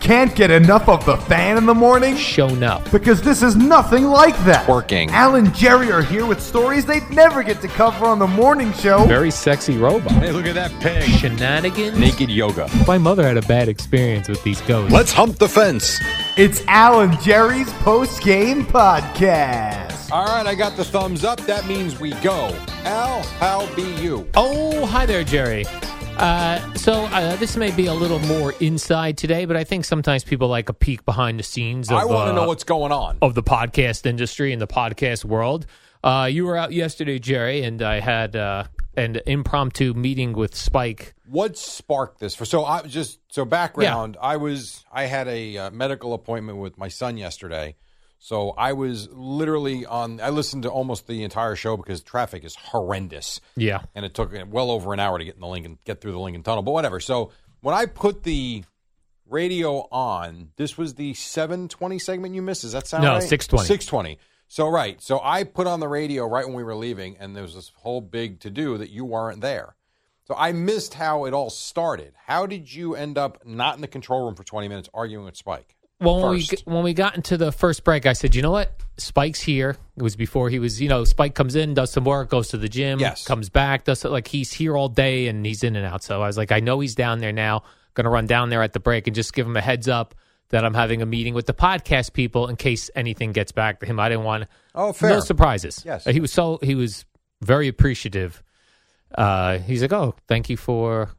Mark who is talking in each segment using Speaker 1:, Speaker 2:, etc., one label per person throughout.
Speaker 1: Can't get enough of the fan in the morning?
Speaker 2: shown up.
Speaker 1: Because this is nothing like that.
Speaker 3: Twerking.
Speaker 1: Al and Jerry are here with stories they'd never get to cover on the morning show.
Speaker 2: Very sexy robot.
Speaker 3: Hey, look at that pig.
Speaker 2: Shenanigans.
Speaker 3: Naked yoga.
Speaker 2: My mother had a bad experience with these ghosts.
Speaker 3: Let's hump the fence.
Speaker 1: It's Al and Jerry's post game podcast.
Speaker 3: All right, I got the thumbs up. That means we go. Al, how be you?
Speaker 2: Oh, hi there, Jerry. Uh, so uh, this may be a little more inside today, but I think sometimes people like a peek behind the scenes. Of,
Speaker 3: I want to
Speaker 2: uh,
Speaker 3: know what's going on.
Speaker 2: of the podcast industry and the podcast world. Uh, you were out yesterday, Jerry, and I had uh, an impromptu meeting with Spike.
Speaker 3: What sparked this? For so I just so background. I was I had a uh, medical appointment with my son yesterday, so I was literally on. I listened to almost the entire show because traffic is horrendous.
Speaker 2: Yeah,
Speaker 3: and it took well over an hour to get in the Lincoln, get through the Lincoln Tunnel. But whatever. So when I put the radio on, this was the seven twenty segment you missed. Does that sound
Speaker 2: No,
Speaker 3: right?
Speaker 2: 6:20.
Speaker 3: Six twenty. So right. So I put on the radio right when we were leaving, and there was this whole big to do that you weren't there. So I missed how it all started. How did you end up not in the control room for twenty minutes arguing with Spike?
Speaker 2: Well, when we,
Speaker 3: first?
Speaker 2: when we got into the first break, I said, you know what? Spike's here. It was before he was, you know, Spike comes in, does some work, goes to the gym,
Speaker 3: Yes.
Speaker 2: comes back, does like he's here all day and he's in and out. So I was like, I know he's down there now. Going to run down there at the break and just give him a heads up that I'm having a meeting with the podcast people in case anything gets back to him. I didn't want
Speaker 3: oh, fair.
Speaker 2: no surprises.
Speaker 3: Yes.
Speaker 2: he was so he was very appreciative. Uh, he's like, oh, thank you for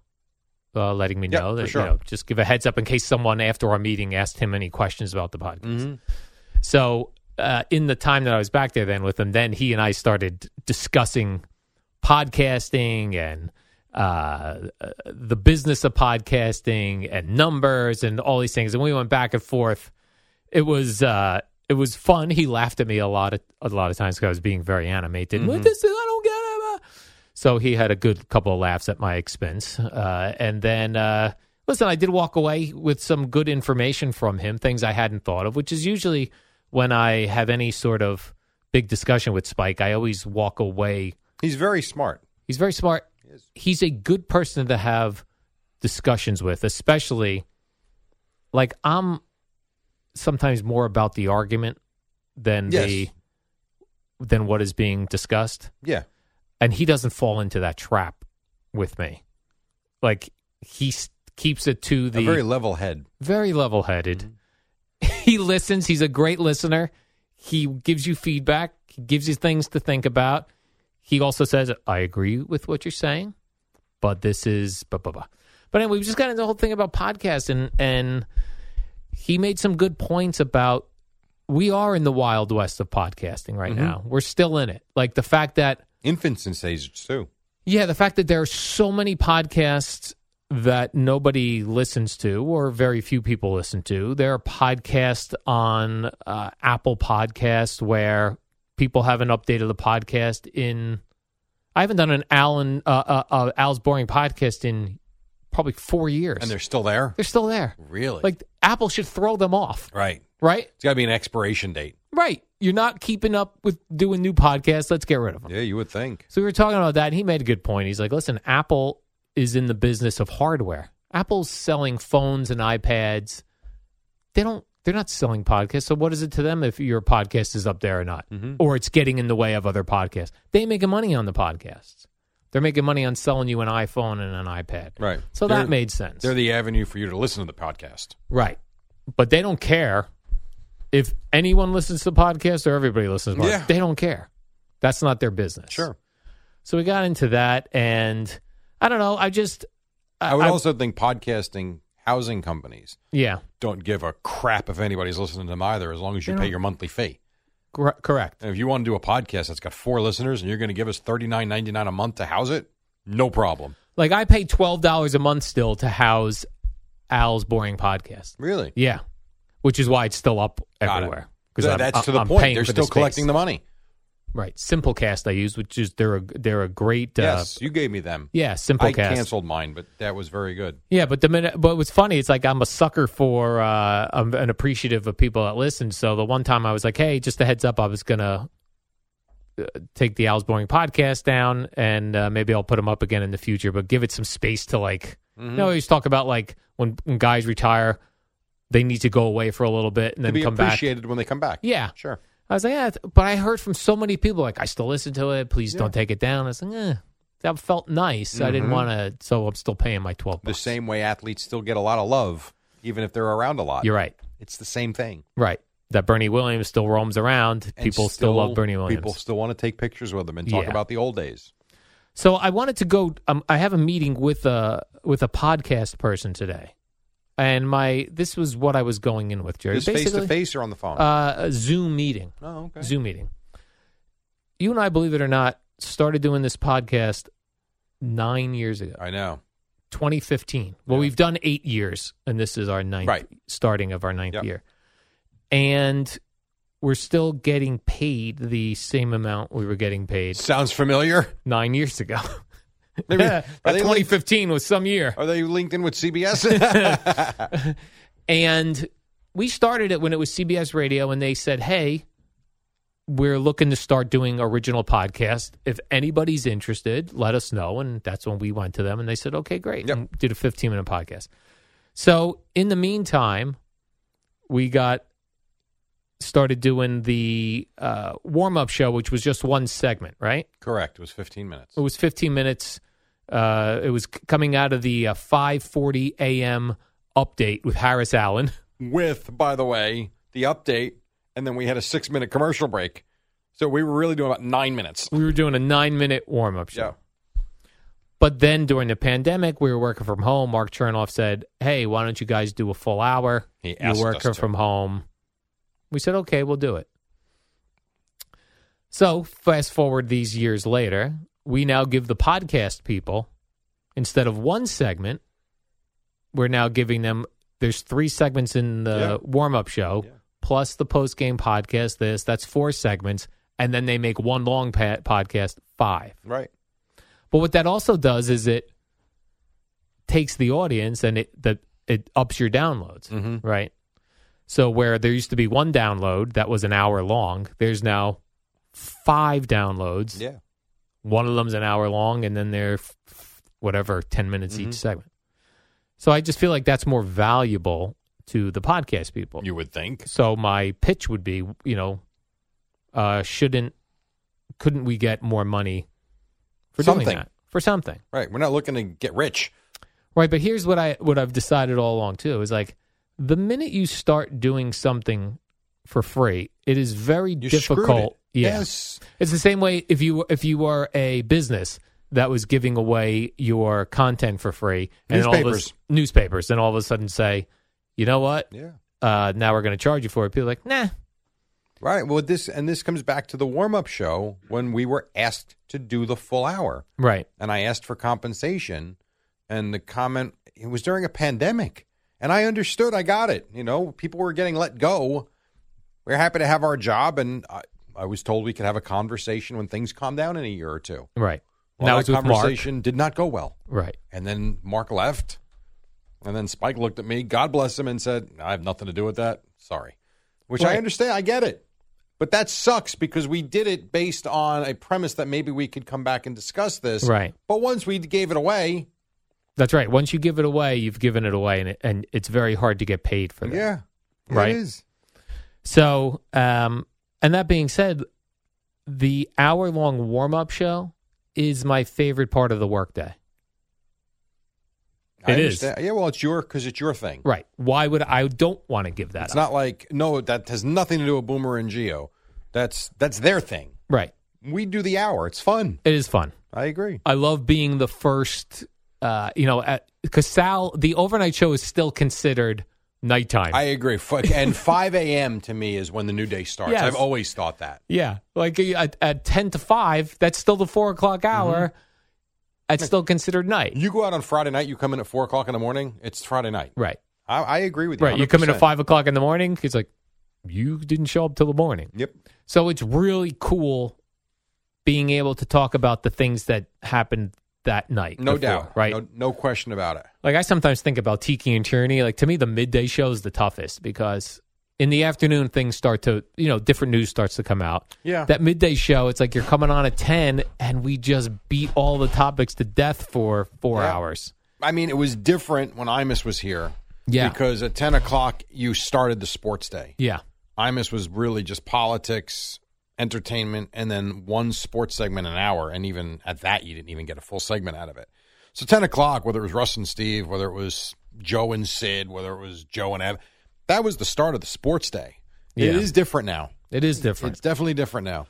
Speaker 2: uh, letting me
Speaker 3: Yeah,
Speaker 2: know
Speaker 3: for
Speaker 2: that
Speaker 3: sure.
Speaker 2: you know just give a heads up in case someone after our meeting asked him any questions about the podcast.
Speaker 3: Mm-hmm.
Speaker 2: So uh, in the time that I was back there then with him, then he and I started discussing podcasting and uh, uh, the business of podcasting and numbers and all these things, and we went back and forth. It was uh, it was fun. He laughed at me a lot of, a lot of times because I was being very animated. Well, This is, I don't get it. uh. So he had a good couple of laughs at my expense, uh, and then uh, listen, I did walk away with some good information from him, things I hadn't thought of, which is usually when I have any sort of big discussion with Spike, I always walk away
Speaker 3: He's very smart.
Speaker 2: He's very smart. He's a good person to have discussions with, especially like I'm sometimes more about the argument than
Speaker 3: Yes.
Speaker 2: the than what is being discussed.
Speaker 3: Yeah.
Speaker 2: And he doesn't fall into that trap with me. Like he s- keeps it to the
Speaker 3: a very level head.
Speaker 2: very level headed. He listens. He's a great listener. He gives you feedback. He gives you things to think about. He also says, I agree with what you're saying, but this is blah, blah, blah. But anyway, we just got into the whole thing about podcasts, and, and he made some good points about we are in the wild west of podcasting right now. We're still in it. Like the fact that
Speaker 3: Infants in stage too.
Speaker 2: yeah, the fact that there are so many podcasts that nobody listens to, or very few people listen to. There are podcasts on uh, Apple Podcasts where people haven't updated the podcast in. I haven't done an Alan uh, uh, uh, Al's boring podcast in probably four years,
Speaker 3: And they're still there?
Speaker 2: they're still there.
Speaker 3: Really?
Speaker 2: Like Apple should throw them off,
Speaker 3: right.
Speaker 2: right?
Speaker 3: It's got to be an expiration date.
Speaker 2: Right. You're not keeping up with doing new podcasts. Let's get rid of them.
Speaker 3: Yeah, you would think.
Speaker 2: So we were talking about that, and he made a good point. He's like, listen, Apple is in the business of hardware. Apple's selling phones and iPads. They don't. They're not selling podcasts. So what is it to them if your podcast is up there or not,
Speaker 3: Mm-hmm.
Speaker 2: or it's getting in the way of other podcasts? They ain't making money on the podcasts. They're making money on selling you an iPhone and an iPad.
Speaker 3: Right.
Speaker 2: So
Speaker 3: They're-
Speaker 2: that made sense.
Speaker 3: They're the avenue for you to listen to the podcast.
Speaker 2: right. But they don't care if anyone listens to the podcast or everybody listens to the podcast.
Speaker 3: Yeah.
Speaker 2: They don't care. That's not their business. So we got into that, and I don't know. I just
Speaker 3: I would also think podcasting housing companies
Speaker 2: yeah,
Speaker 3: don't give a crap if anybody's listening to them either, as long as you pay your monthly fee.
Speaker 2: cor- correct.
Speaker 3: And if you want to do a podcast that's got four listeners and you're going to give us thirty nine ninety nine a month to house it, no problem.
Speaker 2: Like I pay twelve dollars a month still to house Al's boring podcast.
Speaker 3: Really?
Speaker 2: Yeah, which is why it's still up
Speaker 3: Got it.
Speaker 2: everywhere
Speaker 3: Th-
Speaker 2: I'm-
Speaker 3: that's to the
Speaker 2: I'm
Speaker 3: point.
Speaker 2: paying
Speaker 3: They're
Speaker 2: for
Speaker 3: still
Speaker 2: space.
Speaker 3: collecting the money.
Speaker 2: Right, Simplecast I use, which is they're a they're a great. Uh,
Speaker 3: yes, you gave me them.
Speaker 2: Yeah,
Speaker 3: I
Speaker 2: Simplecast.
Speaker 3: canceled mine, but that was very good.
Speaker 2: Yeah, but the minute, but what's funny, it's like I'm a sucker for, uh, I'm an appreciative of people that listen. So the one time I was like, hey, just a heads up, I was gonna uh, take the Al's Boring podcast down, and uh, maybe I'll put them up again in the future, but give it some space to like.
Speaker 3: Mm-hmm.
Speaker 2: You know, I always talk about like when, when guys retire, they need to go away for a little bit and
Speaker 3: To
Speaker 2: then
Speaker 3: be
Speaker 2: come back.
Speaker 3: appreciated when they come back.
Speaker 2: Yeah.
Speaker 3: sure.
Speaker 2: I was like, yeah, it's- but I heard from so many people like I still listen to it. Please don't take it down. I was like, eh, that felt nice. I didn't want to, so I'm still paying my twelve.
Speaker 3: Mm-hmm. The
Speaker 2: bucks.
Speaker 3: same way athletes still get a lot of love, even if they're around a lot.
Speaker 2: You're right.
Speaker 3: It's the same thing.
Speaker 2: Right. That Bernie Williams still roams around.
Speaker 3: And
Speaker 2: people still, love Bernie Williams.
Speaker 3: People still want to take pictures with him and talk
Speaker 2: Yeah.
Speaker 3: about the old days.
Speaker 2: so I wanted to go. Um, I have a meeting with a with a podcast person today, and my this was what I was going in with Jerry.
Speaker 3: Is face to
Speaker 2: Basically,
Speaker 3: face or on the phone?
Speaker 2: uh, a Zoom meeting.
Speaker 3: oh, okay.
Speaker 2: Zoom meeting. You and I, believe it or not, started doing this podcast nine years ago,
Speaker 3: I know.
Speaker 2: 2015. Well, we've done eight years, and this is our ninth
Speaker 3: Right.
Speaker 2: starting of our ninth
Speaker 3: Yep.
Speaker 2: year, and we're still getting paid the same amount we were getting paid
Speaker 3: Sounds familiar.
Speaker 2: nine years ago.
Speaker 3: Maybe-
Speaker 2: Yeah,
Speaker 3: are,
Speaker 2: that
Speaker 3: they
Speaker 2: 2015 was some year.
Speaker 3: linked, are they linked in with CBS?
Speaker 2: And we started it when it was CBS Radio, and they said, hey, we're looking to start doing original podcasts. If anybody's interested, let us know. And that's when we went to them, and they said, okay, great.
Speaker 3: Yep.
Speaker 2: And did a 15 minute podcast. So in the meantime, we got started doing the uh, warm up show, which was just one segment, right?
Speaker 3: Correct. It was 15 minutes.
Speaker 2: It was 15 minutes. Uh, it was c- coming out of the uh, 5:40 a.m. update with Harris Allen.
Speaker 3: With, by the way, the update, and then we had a six minute commercial break. So we were really doing about nine minutes.
Speaker 2: We were doing a nine-minute warm-up show.
Speaker 3: Yeah.
Speaker 2: But then during the pandemic, we were working from home. Mark Chernoff said, "Hey, why don't you guys do a full hour?
Speaker 3: He
Speaker 2: You're
Speaker 3: asked
Speaker 2: working
Speaker 3: us to.
Speaker 2: from home." We said, "Okay, we'll do it." So fast forward these years later, we now give the podcast people instead of one segment, we're now giving them. There's three segments in the warm-up show, plus the post-game podcast. This that's four segments, and then they make one long pa- podcast five.
Speaker 3: Right.
Speaker 2: But what that also does is it takes the audience and it that it ups your downloads,
Speaker 3: Mm-hmm.
Speaker 2: right? So where there used to be one download that was an hour long, there's now five downloads.
Speaker 3: Yeah.
Speaker 2: One of them's an hour long, and then they're f- f- whatever ten minutes
Speaker 3: Mm-hmm.
Speaker 2: each segment. So I just feel like that's more valuable to the podcast people.
Speaker 3: You would think.
Speaker 2: So my pitch would be, you know, uh, shouldn't couldn't we get more money for
Speaker 3: Something.
Speaker 2: doing that for something,
Speaker 3: Right. We're not looking to get rich.
Speaker 2: right? But here's what I what I've decided all along too is like the minute you start doing something for free, it is very
Speaker 3: You screwed it.
Speaker 2: difficult. Yeah.
Speaker 3: Yes.
Speaker 2: It's the same way if you if you are a business that was giving away your content for free then all of a-
Speaker 3: Newspapers.
Speaker 2: newspapers, and all of a sudden say, you know what?
Speaker 3: Yeah.
Speaker 2: Uh, now we're going to charge you for it. People are like, nah,
Speaker 3: Right. Well, this and this comes back to the warm-up show when we were asked to do the full hour,
Speaker 2: right.
Speaker 3: and I asked for compensation, and the comment it was during a pandemic, and I understood. I got it. You know, people were getting let go. We are happy to have our job, and I, I was told we could have a conversation when things calm down in a year or two.
Speaker 2: Right.
Speaker 3: Well,
Speaker 2: that
Speaker 3: that
Speaker 2: was with Mark.
Speaker 3: conversation did not go well,
Speaker 2: Right.
Speaker 3: and then Mark left, and then Spike looked at me. God bless him, and said, "I have nothing to do with that. Sorry." which I
Speaker 2: Right.
Speaker 3: understand. I get it. But that sucks because we did it based on a premise that maybe we could come back and discuss this.
Speaker 2: Right.
Speaker 3: But once we gave it away,
Speaker 2: That's right. Once you give it away, you've given it away, and it, and it's very hard to get paid for that.
Speaker 3: yeah,
Speaker 2: uh, Right.
Speaker 3: It is.
Speaker 2: So, um, and that being said, the hour long warm up show is my favorite part of the workday.
Speaker 3: I
Speaker 2: It is.
Speaker 3: understand. Yeah, well, it's your because it's your thing.
Speaker 2: Right. Why would I don't want to give that
Speaker 3: It's
Speaker 2: up?
Speaker 3: not like no, that has nothing to do with Boomer and Geo. That's that's their thing.
Speaker 2: right.
Speaker 3: We do the hour. It's fun.
Speaker 2: It is fun.
Speaker 3: I agree.
Speaker 2: I love being the first. Uh, you know, at, because Sal, the overnight show is still considered nighttime.
Speaker 3: I agree. Fu- And 5 a.m. to me is when the new day starts.
Speaker 2: Yes.
Speaker 3: I've always thought that.
Speaker 2: yeah, like uh, at, at ten to five, that's still the four o'clock hour. That's still considered night.
Speaker 3: Mm-hmm. You go out on Friday night, you come in at 4 o'clock in the morning, it's Friday night.
Speaker 2: right,
Speaker 3: I, I agree with you.
Speaker 2: right. You come in at
Speaker 3: 100%.
Speaker 2: five o'clock in the morning. He's like, you didn't show up till the morning.
Speaker 3: Yep.
Speaker 2: So it's really cool being able to talk about the things that happened that night.
Speaker 3: No
Speaker 2: before,
Speaker 3: doubt.
Speaker 2: Right.
Speaker 3: No, no question about it.
Speaker 2: Like I sometimes think about Tiki and Tierney. Like to me, the midday show is the toughest because in the afternoon things start to, you know, different news starts to come out.
Speaker 3: Yeah.
Speaker 2: That midday show, it's like you're coming on at ten, and we just beat all the topics to death for four
Speaker 3: Yeah.
Speaker 2: hours.
Speaker 3: I mean, it was different when Imus was here.
Speaker 2: Yeah.
Speaker 3: Because at 10 o'clock, you started the sports day.
Speaker 2: Yeah.
Speaker 3: Imus was really just politics, entertainment, and then one sports segment an hour. And even at that, you didn't even get a full segment out of it. So 10 o'clock, whether it was Russ and Steve, whether it was Joe and Sid, whether it was Joe and Ev, that was the start of the sports day. It
Speaker 2: Yeah.
Speaker 3: is different now.
Speaker 2: It is different.
Speaker 3: It's definitely different now.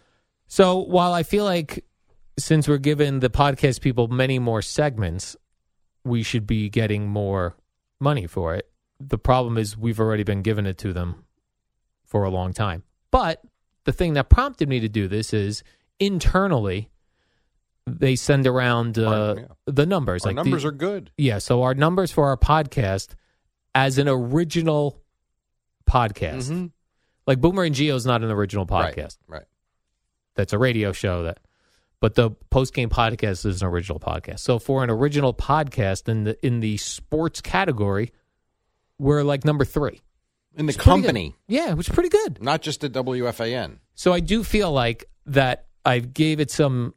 Speaker 2: So while I feel like since we're giving the podcast people many more segments, we should be getting more money for it. The problem is we've already been giving it to them for a long time. But the thing that prompted me to do this is internally they send around uh,
Speaker 3: Our- yeah.
Speaker 2: the numbers.
Speaker 3: Our
Speaker 2: like the-
Speaker 3: numbers are good.
Speaker 2: yeah, so our numbers for our podcast as an original podcast.
Speaker 3: Mhm.
Speaker 2: Like Boomer and Geo is not an original podcast
Speaker 3: Right, Right.
Speaker 2: that's a radio show that but the post game podcast is an original podcast. So for an original podcast in the in the sports category, we're like number 3.
Speaker 3: In the
Speaker 2: It's pretty good.
Speaker 3: company,
Speaker 2: Yeah, which is pretty good.
Speaker 3: not just at WFAN.
Speaker 2: So I do feel like that I gave it some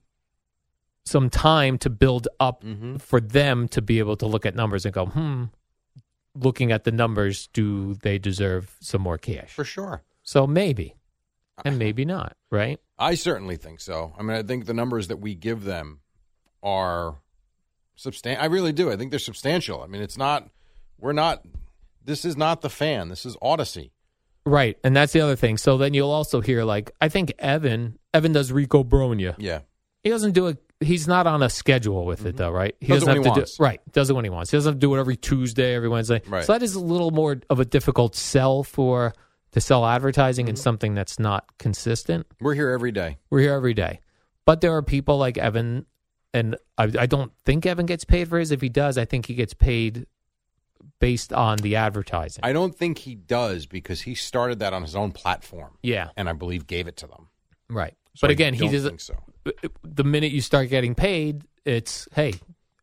Speaker 2: some time to build up for them to be able to look at numbers and go, "Hmm, looking at the numbers, do they deserve some more cash?"
Speaker 3: For sure.
Speaker 2: So maybe and maybe not, right?
Speaker 3: I certainly think so. I mean, I think the numbers that we give them are substantial. I really do. I think they're substantial. I mean, it's not, we're not, this is not the fan. This is Odyssey.
Speaker 2: Right, and that's the other thing. So then you'll also hear like I think Evan Evan does Rico Bronya.
Speaker 3: Yeah.
Speaker 2: He doesn't do it. He's not on a schedule with it though, right? He
Speaker 3: Mm-hmm. Does it
Speaker 2: doesn't
Speaker 3: when
Speaker 2: have
Speaker 3: he
Speaker 2: to
Speaker 3: wants.
Speaker 2: do right. Does it when he wants. He doesn't have to do it every Tuesday, every Wednesday.
Speaker 3: Right.
Speaker 2: So that is a little more of a difficult sell for to sell advertising
Speaker 3: Mm-hmm.
Speaker 2: in something that's not consistent.
Speaker 3: We're here every day.
Speaker 2: We're here every day, but there are people like Evan, and I, I don't think Evan gets paid for his. If he does, I think he gets paid based on the advertising.
Speaker 3: I don't think he does because he started that on his own platform
Speaker 2: yeah,
Speaker 3: and I believe gave it to them.
Speaker 2: right.
Speaker 3: So
Speaker 2: but
Speaker 3: I
Speaker 2: again, he
Speaker 3: don't
Speaker 2: doesn't.
Speaker 3: think so.
Speaker 2: the minute you start getting paid, it's hey,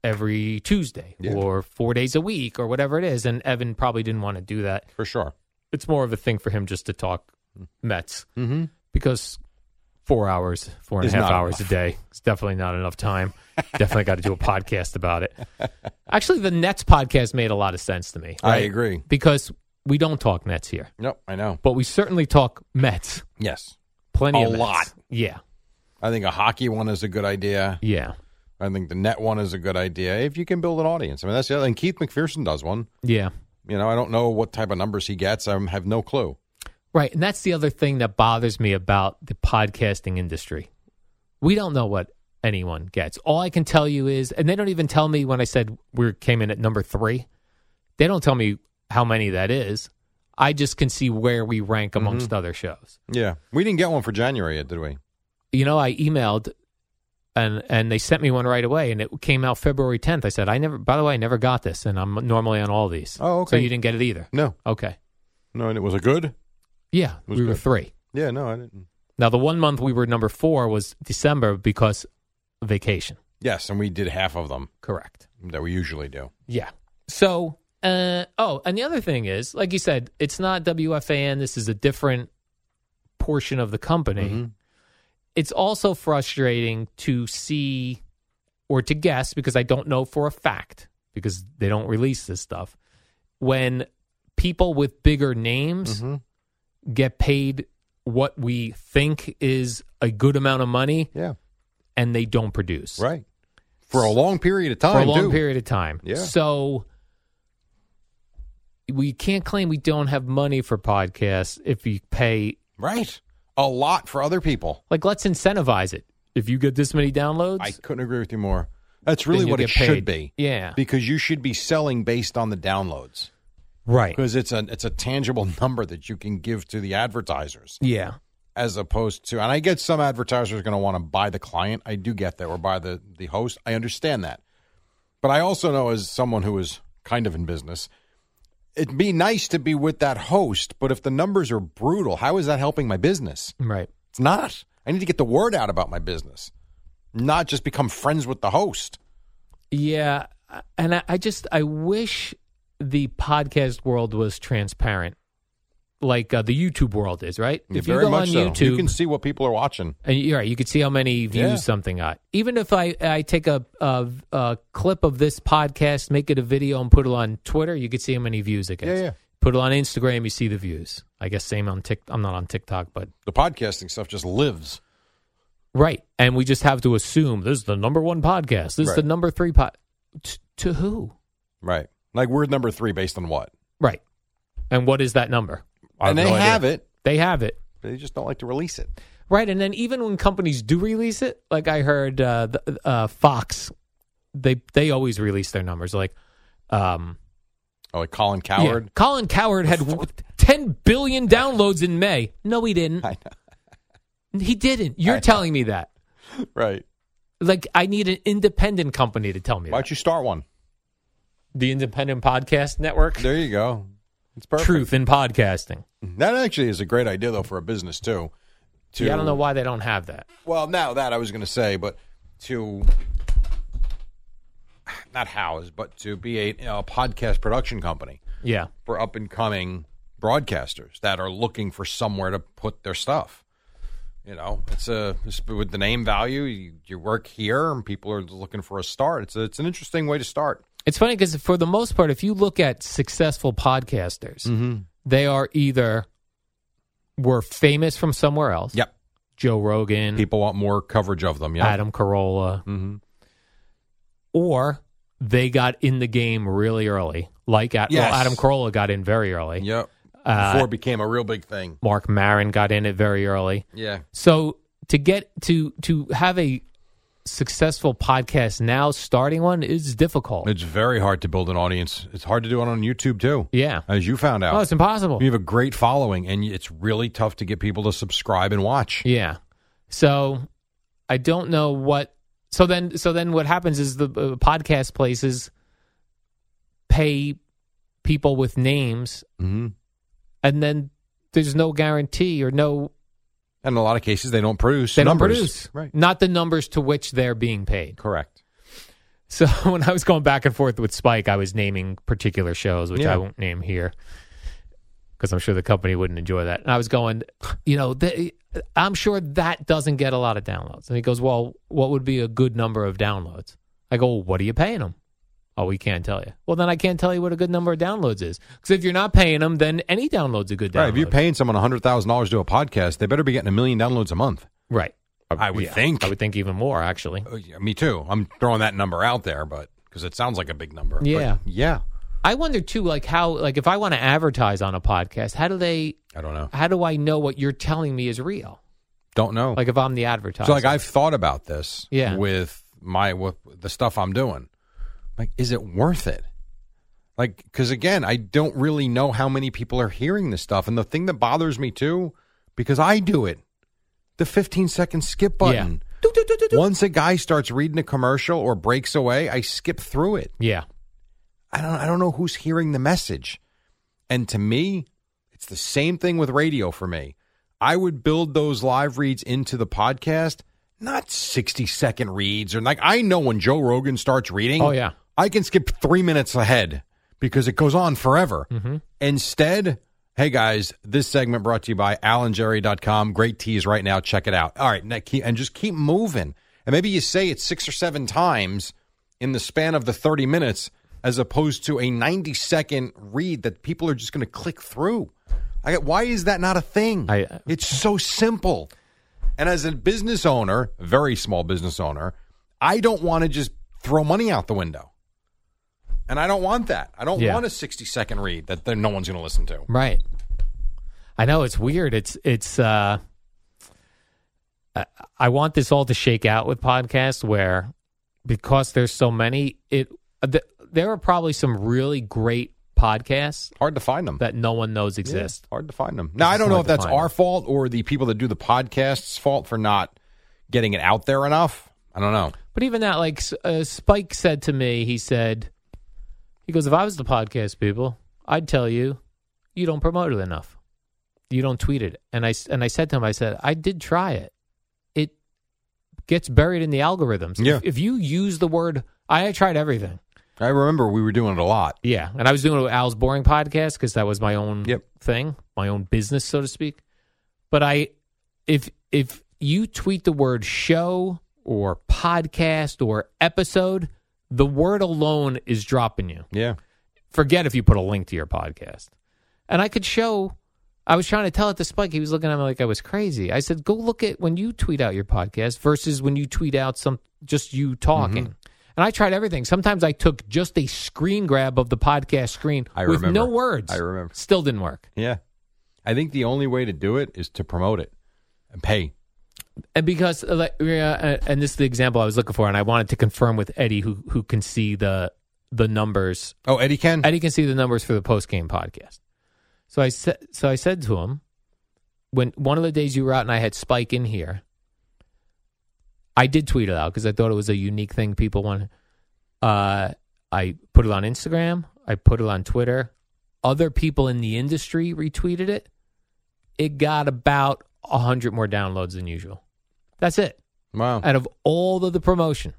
Speaker 2: every Tuesday
Speaker 3: Yeah.
Speaker 2: or four days a week or whatever it is. And Evan probably didn't want to do that.
Speaker 3: For sure.
Speaker 2: It's more of a thing for him just to talk Mets because four hours, four and a
Speaker 3: Mm-hmm. Is
Speaker 2: half
Speaker 3: not
Speaker 2: hours a day is definitely not enough time. definitely got to do a podcast about it. Actually, the Nets podcast made a lot of sense to me.
Speaker 3: I
Speaker 2: right?
Speaker 3: agree.
Speaker 2: because we don't talk Nets here,
Speaker 3: No, I know.
Speaker 2: but we certainly talk Mets.
Speaker 3: Yes.
Speaker 2: Plenty
Speaker 3: A
Speaker 2: of Mets.
Speaker 3: lot.
Speaker 2: Yeah,
Speaker 3: I think a hockey one is a good idea.
Speaker 2: yeah,
Speaker 3: I think the net one is a good idea if you can build an audience. I mean, that's the other thing. Keith McPherson does one.
Speaker 2: yeah.
Speaker 3: You know, I don't know what type of numbers he gets. I have no clue.
Speaker 2: Right. And that's the other thing that bothers me about the podcasting industry. We don't know what anyone gets. All I can tell you is, and they don't even tell me when I said we came in at number three, they don't tell me how many that is. I just can see where we rank
Speaker 3: Mm-hmm.
Speaker 2: amongst other shows.
Speaker 3: Yeah. We didn't get one for January yet, did we?
Speaker 2: You know, I emailed and and they sent me one right away and it came out February 10th. I said, I never, by the way, I never got this and I'm normally on all these.
Speaker 3: Oh,
Speaker 2: So
Speaker 3: okay.
Speaker 2: you didn't get it either.
Speaker 3: No.
Speaker 2: Okay.
Speaker 3: No, and it was a good?
Speaker 2: Yeah.
Speaker 3: was
Speaker 2: We were
Speaker 3: good.
Speaker 2: three.
Speaker 3: Yeah, no, I didn't.
Speaker 2: Now, the one month we were number four was December because of vacation.
Speaker 3: Yes, and we did half of them
Speaker 2: Correct.
Speaker 3: that we usually do.
Speaker 2: Yeah. So, uh, oh, and the other thing is, like you said, it's not WFAN. This is a different portion of the company. It's also frustrating to see or to guess because I don't know for a fact because they don't release this stuff when people with bigger names get paid what we think is a good amount of money
Speaker 3: Yeah.
Speaker 2: and they don't produce
Speaker 3: Right. For a long period of time.
Speaker 2: for a long
Speaker 3: too.
Speaker 2: period of time.
Speaker 3: Yeah.
Speaker 2: So we can't claim we don't have money for podcasts if you pay.
Speaker 3: Right. A lot for other people.
Speaker 2: Like, let's incentivize it. If you get this many downloads,
Speaker 3: I couldn't agree with you more. That's really
Speaker 2: you'll
Speaker 3: what it
Speaker 2: get paid.
Speaker 3: should be.
Speaker 2: Yeah.
Speaker 3: Because you should be selling based on the downloads.
Speaker 2: Right.
Speaker 3: Because it's a it's a tangible number that you can give to the advertisers
Speaker 2: Yeah.
Speaker 3: as opposed to and I get some advertisers are gonna want to buy the client. I do get that, or buy the, the host. I understand that. But I also know as someone who is kind of in business, it'd be nice to be with that host, but if the numbers are brutal, how is that helping my business?
Speaker 2: Right.
Speaker 3: It's not. I need to get the word out about my business, not just become friends with the host.
Speaker 2: Yeah, and I, I just I wish the podcast world was transparent, like uh, the YouTube world is. Right? if you
Speaker 3: Mm, Very
Speaker 2: go
Speaker 3: much
Speaker 2: on
Speaker 3: so.
Speaker 2: YouTube,
Speaker 3: you can see what people are watching.
Speaker 2: and you're right, you can see how many views
Speaker 3: Yeah.
Speaker 2: something got. Even if I I take a, a a clip of this podcast, make it a video, and put it on Twitter, you could see how many views it gets.
Speaker 3: Yeah, yeah.
Speaker 2: Put it on Instagram, you see the views. I guess same on Tik. I'm not on TikTok, but
Speaker 3: The podcasting stuff just lives.
Speaker 2: right. And we just have to assume this is the number one podcast. This is the
Speaker 3: Right.
Speaker 2: number three pod. T- to who?
Speaker 3: Right. Like we're number three based on what?
Speaker 2: Right. And what is that number? I
Speaker 3: and they
Speaker 2: no idea.
Speaker 3: have it.
Speaker 2: They have it.
Speaker 3: but They just don't like to release it.
Speaker 2: Right. And then even when companies do release it, like I heard uh, the, uh, Fox, they they always release their numbers. Like, um,
Speaker 3: Oh, like Colin
Speaker 2: yeah,
Speaker 3: Coward.
Speaker 2: Colin Coward had w- 10 billion downloads in May. No, he didn't.
Speaker 3: I
Speaker 2: He didn't. You're
Speaker 3: I know.
Speaker 2: telling me that.
Speaker 3: Right.
Speaker 2: Like, I need an independent company to tell me
Speaker 3: Why
Speaker 2: that.
Speaker 3: don't you start one?
Speaker 2: The Independent Podcast Network.
Speaker 3: There you go. It's perfect.
Speaker 2: Truth in podcasting.
Speaker 3: That actually is a great idea though for a business too. To
Speaker 2: Yeah, I don't know why they don't have that.
Speaker 3: Well, now that I was going to say, but to not house, but to be a, you know, a podcast production company
Speaker 2: Yeah.
Speaker 3: for up and coming broadcasters that are looking for somewhere to put their stuff. You know, it's a it's with the name value. You, you work here, and people are looking for a start. It's a, it's an interesting way to start.
Speaker 2: It's funny because for the most part, if you look at successful podcasters,
Speaker 3: Mm-hmm.
Speaker 2: they are either were famous from somewhere else.
Speaker 3: Yep,
Speaker 2: Joe Rogan,
Speaker 3: people want more coverage of them. Yeah,
Speaker 2: Mm.
Speaker 3: Mm-hmm.
Speaker 2: Adam Carolla, or they got in the game really early. Like at,
Speaker 3: Yes.
Speaker 2: well, Adam Carolla got in very early.
Speaker 3: Yep,
Speaker 2: Uh,
Speaker 3: before it became a real big thing.
Speaker 2: Mark Marin got in it very early.
Speaker 3: Yeah,
Speaker 2: So to get to to have a successful podcast now, starting one is difficult.
Speaker 3: it's very hard to build an audience. It's hard to do it on YouTube too,
Speaker 2: yeah.
Speaker 3: as you found out.
Speaker 2: Oh, it's impossible.
Speaker 3: You have a great following, and it's really tough to get people to subscribe and watch.
Speaker 2: Yeah. So I don't know what. So then, so then, what happens is the uh, podcast places pay people with names,
Speaker 3: Mm-hmm.
Speaker 2: and then there's no guarantee or no
Speaker 3: And in a lot of cases, they don't produce.
Speaker 2: they
Speaker 3: numbers.
Speaker 2: don't produce
Speaker 3: Right.
Speaker 2: not the numbers to which they're being paid.
Speaker 3: Correct.
Speaker 2: So when I was going back and forth with Spike, I was naming particular shows, which
Speaker 3: Yeah.
Speaker 2: I won't name here because I'm sure the company wouldn't enjoy that. And I was going, you know, they, I'm sure that doesn't get a lot of downloads. And he goes, well, what would be a good number of downloads? I go, what are you paying them? Oh, we can't tell you. Well, then I can't tell you what a good number of downloads is because if you're not paying them, then any download's a good download.
Speaker 3: Right. If you're paying someone hundred thousand dollars to do a podcast, they better be getting a million downloads a month.
Speaker 2: right?
Speaker 3: I would
Speaker 2: Yeah.
Speaker 3: think.
Speaker 2: I would think even more actually.
Speaker 3: Oh, yeah, me too. I'm throwing that number out there, but because it sounds like a big number. But
Speaker 2: Yeah.
Speaker 3: yeah.
Speaker 2: I wonder too, like how, like if I want to advertise on a podcast, how do they
Speaker 3: I don't know.
Speaker 2: how do I know what you're telling me is real?
Speaker 3: Don't know.
Speaker 2: Like if I'm the advertiser.
Speaker 3: so, like, I've thought about this.
Speaker 2: Yeah.
Speaker 3: With my with the stuff I'm doing, like, is it worth it? Like, because again, I don't really know how many people are hearing this stuff, and the thing that bothers me too, because I do it, the 15 second skip
Speaker 2: Yeah.
Speaker 3: button. Once a guy starts reading a commercial or breaks away, I skip through it.
Speaker 2: yeah,
Speaker 3: I don't I don't know who's hearing the message. And to me, it's the same thing with radio for me. I would build those live reads into the podcast, not 60 second reads or like I know when Joe Rogan starts reading,
Speaker 2: Oh, yeah.
Speaker 3: I can skip 3 minutes ahead because it goes on forever.
Speaker 2: Mm-hmm.
Speaker 3: Instead, hey guys, this segment brought to you by alanjerry.com. Great teas right now. Check it out. All right, now keep, and just keep moving. And maybe you say it 6 or 7 times in the span of the 30 minutes as opposed to a 90 second read that people are just going to click through. I get, why is that not a thing?
Speaker 2: I- uh,
Speaker 3: it's so simple. And as a business owner, very small business owner, I don't want to just throw money out the window. And I don't want that. I don't
Speaker 2: Yeah.
Speaker 3: want a 60 second read that then no one's going to listen to.
Speaker 2: right. I know it's weird. It's it's. uh I, I want this all to shake out with podcasts where because there's so many, it th- there are probably some really great podcasts
Speaker 3: Hard to find them.
Speaker 2: that no one knows exist.
Speaker 3: Yeah, hard to find them. Now I don't know
Speaker 2: hard
Speaker 3: if
Speaker 2: to
Speaker 3: that's
Speaker 2: find
Speaker 3: our
Speaker 2: them.
Speaker 3: fault or the people that do the podcast's fault for not getting it out there enough. I don't know.
Speaker 2: But even that, like S- uh, Spike said to me, he said, he goes, if I was the podcast people, I'd tell you, you don't promote it enough. You don't tweet it. And I, s- and I said to him, I said, I did try it. It gets buried in the algorithms. If-
Speaker 3: Yeah.
Speaker 2: If, you use the word, I, I tried everything.
Speaker 3: I remember we were doing it a lot.
Speaker 2: Yeah. And I was doing it with Al's Boring Podcast because that was my own
Speaker 3: Yep.
Speaker 2: thing, my own business, so to speak. But I, if, if you tweet the word show or podcast or episode, the word alone is dropping you
Speaker 3: Yeah.
Speaker 2: forget if you put a link to your podcast. And I could show, I was trying to tell it to Spike. He was looking at me like I was crazy. I said, go look at when you tweet out your podcast versus when you tweet out some just you talking.
Speaker 3: Mm-hmm.
Speaker 2: And I tried everything. Sometimes I took just a screen grab of the podcast screen
Speaker 3: I
Speaker 2: with no
Speaker 3: remember.
Speaker 2: words.
Speaker 3: I remember.
Speaker 2: Still didn't work.
Speaker 3: Yeah. I think the only way to do it is to promote it and pay.
Speaker 2: And because, uh, like, yeah, and this is the example I was looking for, and I wanted to confirm with Eddie, who who can see the the numbers
Speaker 3: Oh, Eddie Ken?
Speaker 2: Eddie can see the numbers for the post game podcast. So I said, so I said to him, when one of the days you were out and I had Spike in here, I did tweet it out because I thought it was a unique thing people wanted. Uh, I put it on Instagram. I put it on Twitter. Other people in the industry retweeted it. It got about hundred more downloads than usual. That's it.
Speaker 3: Wow.
Speaker 2: Out of all of the promotion,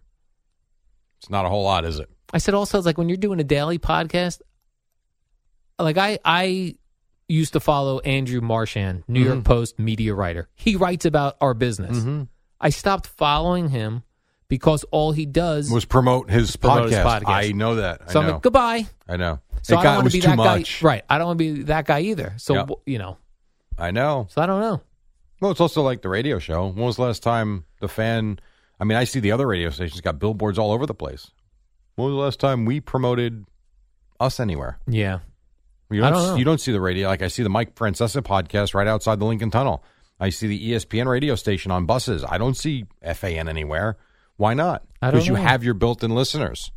Speaker 3: It's not a whole lot, is it?
Speaker 2: I said also it's like when you're doing a daily podcast, like I I used to follow Andrew Marshan, New
Speaker 3: Mm-hmm.
Speaker 2: York Post media writer. He writes about our business. I stopped following him because all he does.
Speaker 3: Was promote his,
Speaker 2: promote
Speaker 3: podcast.
Speaker 2: his podcast.
Speaker 3: I know that.
Speaker 2: so
Speaker 3: I
Speaker 2: I'm
Speaker 3: know.
Speaker 2: like goodbye.
Speaker 3: I know.
Speaker 2: So
Speaker 3: it
Speaker 2: I
Speaker 3: got-
Speaker 2: don't want
Speaker 3: was
Speaker 2: to be
Speaker 3: too
Speaker 2: that
Speaker 3: much.
Speaker 2: guy. Right. I don't want to be that guy either. So
Speaker 3: Yeah.
Speaker 2: you know.
Speaker 3: I know.
Speaker 2: So I don't know.
Speaker 3: Well, it's also like the radio show. When was the last time the fan? I mean, I see the other radio stations got billboards all over the place. When was the last time we promoted us anywhere?
Speaker 2: Yeah.
Speaker 3: You
Speaker 2: I
Speaker 3: don't,
Speaker 2: don't know.
Speaker 3: you don't see the radio. Like I see the Mike Francesa podcast right outside the Lincoln Tunnel. I see the E ESPN radio station on buses. I don't see FAN anywhere. Why not?
Speaker 2: I don't
Speaker 3: Because you
Speaker 2: know.
Speaker 3: have your built-in listeners.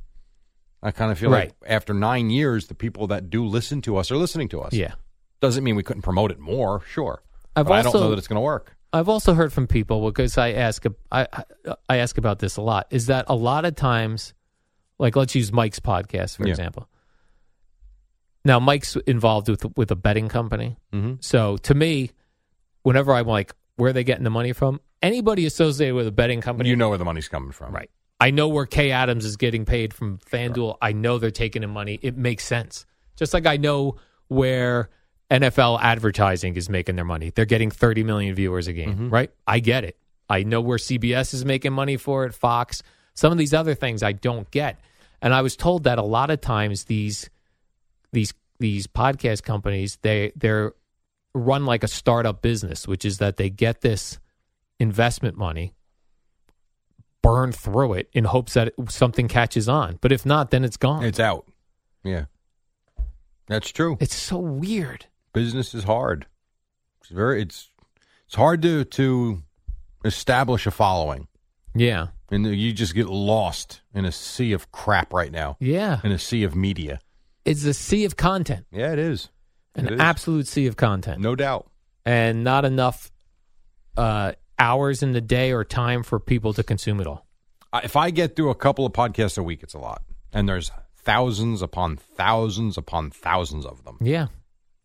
Speaker 3: I kind of feel like after nine years, the people that do listen to us are listening to us.
Speaker 2: Yeah.
Speaker 3: doesn't mean we couldn't promote it more. Sure,
Speaker 2: I've
Speaker 3: but I don't
Speaker 2: also-
Speaker 3: know that it's going to work.
Speaker 2: I've also heard from people because I ask I I- I ask about this a lot is that a lot of times like let's use Mike's podcast for
Speaker 3: Yeah.
Speaker 2: example. Now Mike's involved with with a betting company. So to me whenever I'm like where are they getting the money from? Anybody associated with a betting company
Speaker 3: you know where the money's coming from,
Speaker 2: right. I know where Kay Adams is getting paid from FanDuel. I know they're taking in money. It makes sense. Just like I know where NFL advertising is making their money. They're getting 30 million viewers a game, right? I get it. I know where CBS is making money for it, Fox. Some of these other things I don't get. And I was told that a lot of times these these these podcast companies, they they're run like a startup business, which is that they get this investment money, burn through it in hopes that it- something catches on. But if not, then it's gone.
Speaker 3: It's out. Yeah, that's true.
Speaker 2: It's so weird.
Speaker 3: Business is hard. It's very. It's it's hard to to establish a following,
Speaker 2: Yeah.
Speaker 3: and you just get lost in a sea of crap right now,
Speaker 2: Yeah.
Speaker 3: in a sea of media.
Speaker 2: It's a sea of content,
Speaker 3: Yeah, it is. It
Speaker 2: an
Speaker 3: is.
Speaker 2: absolute sea of content,
Speaker 3: No doubt.
Speaker 2: and not enough uh, hours in the day or time for people to consume it all.
Speaker 3: I- If I get through a couple of podcasts a week, it's a lot, and there's thousands upon thousands upon thousands of them.
Speaker 2: Yeah.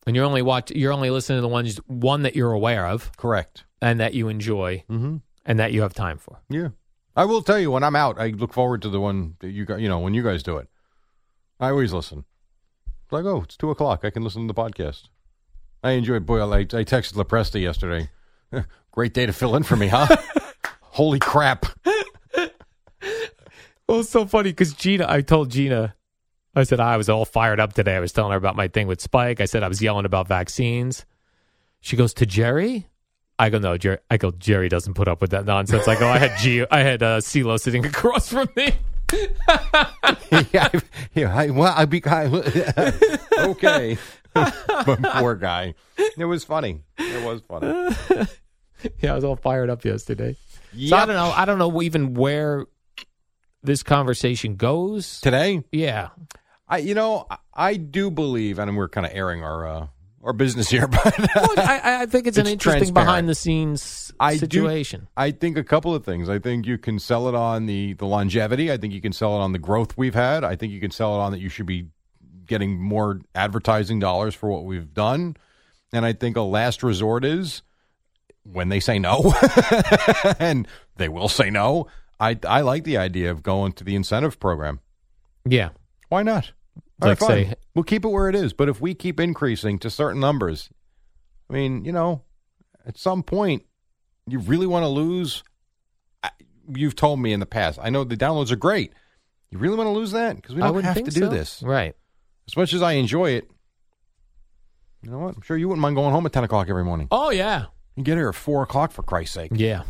Speaker 2: And you're only watch you're only listening to the ones one that you're aware of
Speaker 3: Correct.
Speaker 2: and that you enjoy
Speaker 3: Mhm.
Speaker 2: and that you have time for.
Speaker 3: Yeah. I will tell you when I'm out, I look forward to the one that you got, you know, when you guys do it. I always listen. It's like, oh, it's two o'clock. I can listen to the podcast. I enjoy boy, I, I texted Lepresta yesterday. Great day to fill in for me, huh? Holy crap.
Speaker 2: Well, it's so funny because Gina, I told Gina, I said I was all fired up today. I was telling her about my thing with Spike. I said I was yelling about vaccines. She goes to Jerry. I go no, Jerry. I go Jerry doesn't put up with that nonsense. I go I had G, I had uh, CeeLo sitting across from me.
Speaker 3: yeah, I, yeah, I, well, I be I, okay. but poor guy. It was funny. It was funny.
Speaker 2: Yeah, I was all fired up yesterday. So I
Speaker 3: Yep.
Speaker 2: don't know. I don't know even where this conversation goes.
Speaker 3: Today,
Speaker 2: Yeah.
Speaker 3: I you know I, I do believe, and we're kind of airing our uh, our business here, but
Speaker 2: Well, I- I, I think it's, an
Speaker 3: It's
Speaker 2: interesting
Speaker 3: transparent.
Speaker 2: behind the scenes
Speaker 3: I do-
Speaker 2: situation.
Speaker 3: I think a couple of things. I think you can sell it on the the longevity. I think you can sell it on the growth we've had. I think you can sell it on that you should be getting more advertising dollars for what we've done. And I think a last resort is when they say no, and they will say no. I I like the idea of going to the incentive program.
Speaker 2: Yeah.
Speaker 3: Why not? All right,
Speaker 2: Like say-
Speaker 3: fine. We'll keep it where it is. But if we keep increasing to certain numbers, I mean, you know, at some point, you really want to lose. I, you've told me in the past. I know the downloads are great. You really want to lose that because we
Speaker 2: I
Speaker 3: don't
Speaker 2: would
Speaker 3: have
Speaker 2: think
Speaker 3: to do
Speaker 2: so.
Speaker 3: this.
Speaker 2: Right.
Speaker 3: As much as I enjoy it, you know what? I'm sure you wouldn't mind going home at ten o'clock every morning.
Speaker 2: Oh, yeah.
Speaker 3: You get here at four o'clock for Christ's sake.
Speaker 2: Yeah.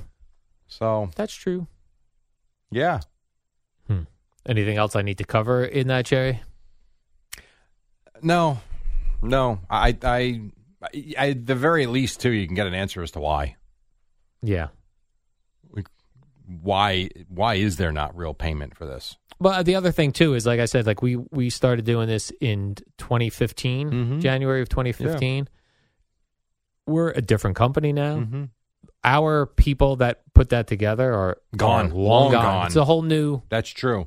Speaker 3: So
Speaker 2: That's true.
Speaker 3: yeah,
Speaker 2: Anything else I need to cover in that, Jerry?
Speaker 3: no, no. I I, I I- at the very least too, you can get an answer as to why.
Speaker 2: Yeah.
Speaker 3: why why is there not real payment for this?
Speaker 2: Well, the other thing too is, like I said, like we we started doing this in 2015,
Speaker 3: Mhm.
Speaker 2: January of 2015. We're a different company now.
Speaker 3: Mm-hmm.
Speaker 2: Our people that put that together are
Speaker 3: Gone.
Speaker 2: are long
Speaker 3: Long
Speaker 2: gone.
Speaker 3: gone.
Speaker 2: It's a whole new,
Speaker 3: That's true.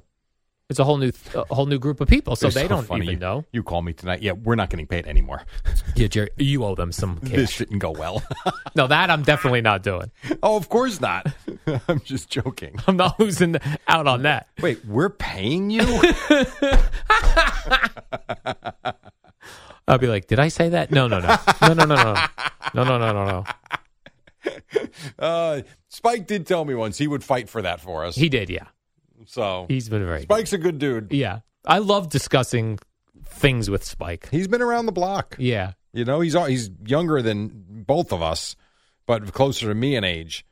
Speaker 2: it's a whole new, a whole new group of people. So
Speaker 3: It's
Speaker 2: they don't
Speaker 3: funny.
Speaker 2: even know.
Speaker 3: You call me tonight. Yeah, we're not getting paid anymore.
Speaker 2: Yeah, Jerry, you owe them some
Speaker 3: This
Speaker 2: cash.
Speaker 3: didn't go well.
Speaker 2: no, that I'm definitely not doing.
Speaker 3: oh, of course not. I'm just joking.
Speaker 2: I'm not losing out on that.
Speaker 3: Wait, we're paying you?
Speaker 2: I'll be like, did I say that? No, no, no, no, no, no, no, no, no, no, no, no.
Speaker 3: uh, Spike did tell me once he would fight for that for us.
Speaker 2: He did, yeah.
Speaker 3: so
Speaker 2: He's been very.
Speaker 3: Spike's a good dude.
Speaker 2: Yeah. I love discussing things with Spike.
Speaker 3: He's been around the block.
Speaker 2: Yeah.
Speaker 3: You know, he's al- he's younger than both of us, but closer to me in age.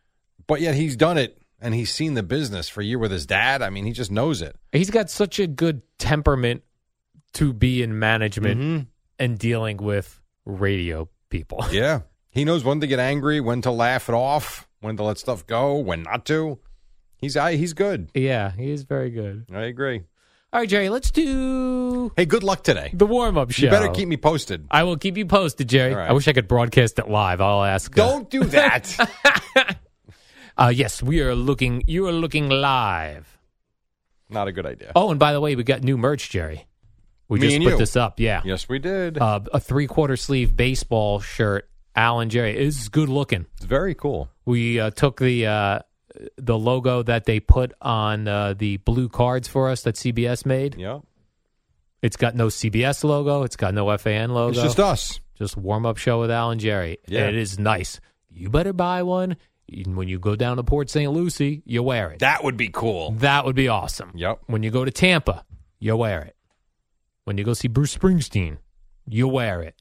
Speaker 3: But yet he's done it and he's seen the business for a year with his dad. I mean, he just knows it.
Speaker 2: He's got such a good temperament to be in management
Speaker 3: Mm-hmm.
Speaker 2: and dealing with radio people.
Speaker 3: Yeah. He knows when to get angry, when to laugh it off, when to let stuff go, when not to. He's I, he's good.
Speaker 2: Yeah, he is very good.
Speaker 3: I agree.
Speaker 2: All right, Jerry, let's do
Speaker 3: Hey, good luck today.
Speaker 2: the warm up show.
Speaker 3: You better keep me posted.
Speaker 2: I will keep you posted, Jerry.
Speaker 3: All right.
Speaker 2: I wish I could broadcast it live. I'll ask. uh,
Speaker 3: Don't do that.
Speaker 2: Uh, yes, we are looking. You are looking live.
Speaker 3: not a good idea.
Speaker 2: Oh, and by the way, we got new merch, Jerry. We
Speaker 3: Me
Speaker 2: just
Speaker 3: and
Speaker 2: put
Speaker 3: you.
Speaker 2: this up. Yeah.
Speaker 3: Yes, we did.
Speaker 2: uh, a three quarter sleeve baseball shirt. Alan Jerry is good looking.
Speaker 3: it's very cool.
Speaker 2: We uh, took the uh, the logo that they put on uh, the blue cards for us that CBS made.
Speaker 3: Yeah.
Speaker 2: It's got no CBS logo. It's got no FAN logo.
Speaker 3: It's just us.
Speaker 2: warm up show with Alan Jerry.
Speaker 3: Yeah.
Speaker 2: And it is nice. You better buy one. And When you go down to Port St. Lucie, you wear it.
Speaker 3: That would be cool.
Speaker 2: That would be awesome.
Speaker 3: Yep.
Speaker 2: When you go to Tampa, you wear it. When you go see Bruce Springsteen, you wear it.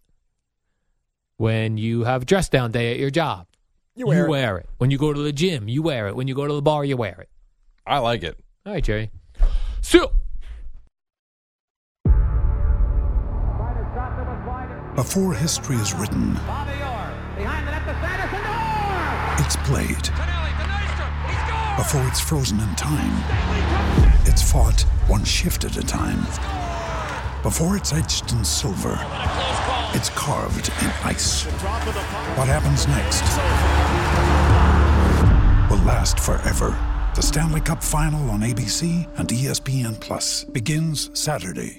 Speaker 2: When you have dress down day at your job, you wear, it. When you go to the gym, you wear it. When you go to the bar, you wear it.
Speaker 3: I like it.
Speaker 2: All right, Jerry. So,
Speaker 4: Before history is written, it's played. Before it's frozen in time, it's fought one shift at a time. Before it's etched in silver, it's carved in ice. What happens next will last forever. The Stanley Cup Final on ABC and E ESPN Plus begins Saturday.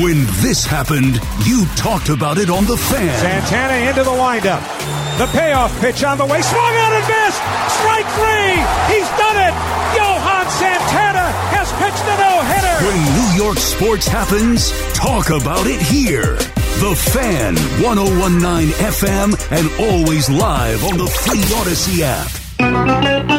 Speaker 4: When this happened, you talked about it on The Fan.
Speaker 5: Santana into the windup. The payoff pitch on the way. Swung out and missed. Strike three. He's done it. Johan Santana has pitched a no hitter.
Speaker 4: When New York sports happens, talk about it here. The Fan, 1019 FM, and always live on the free Odyssey app.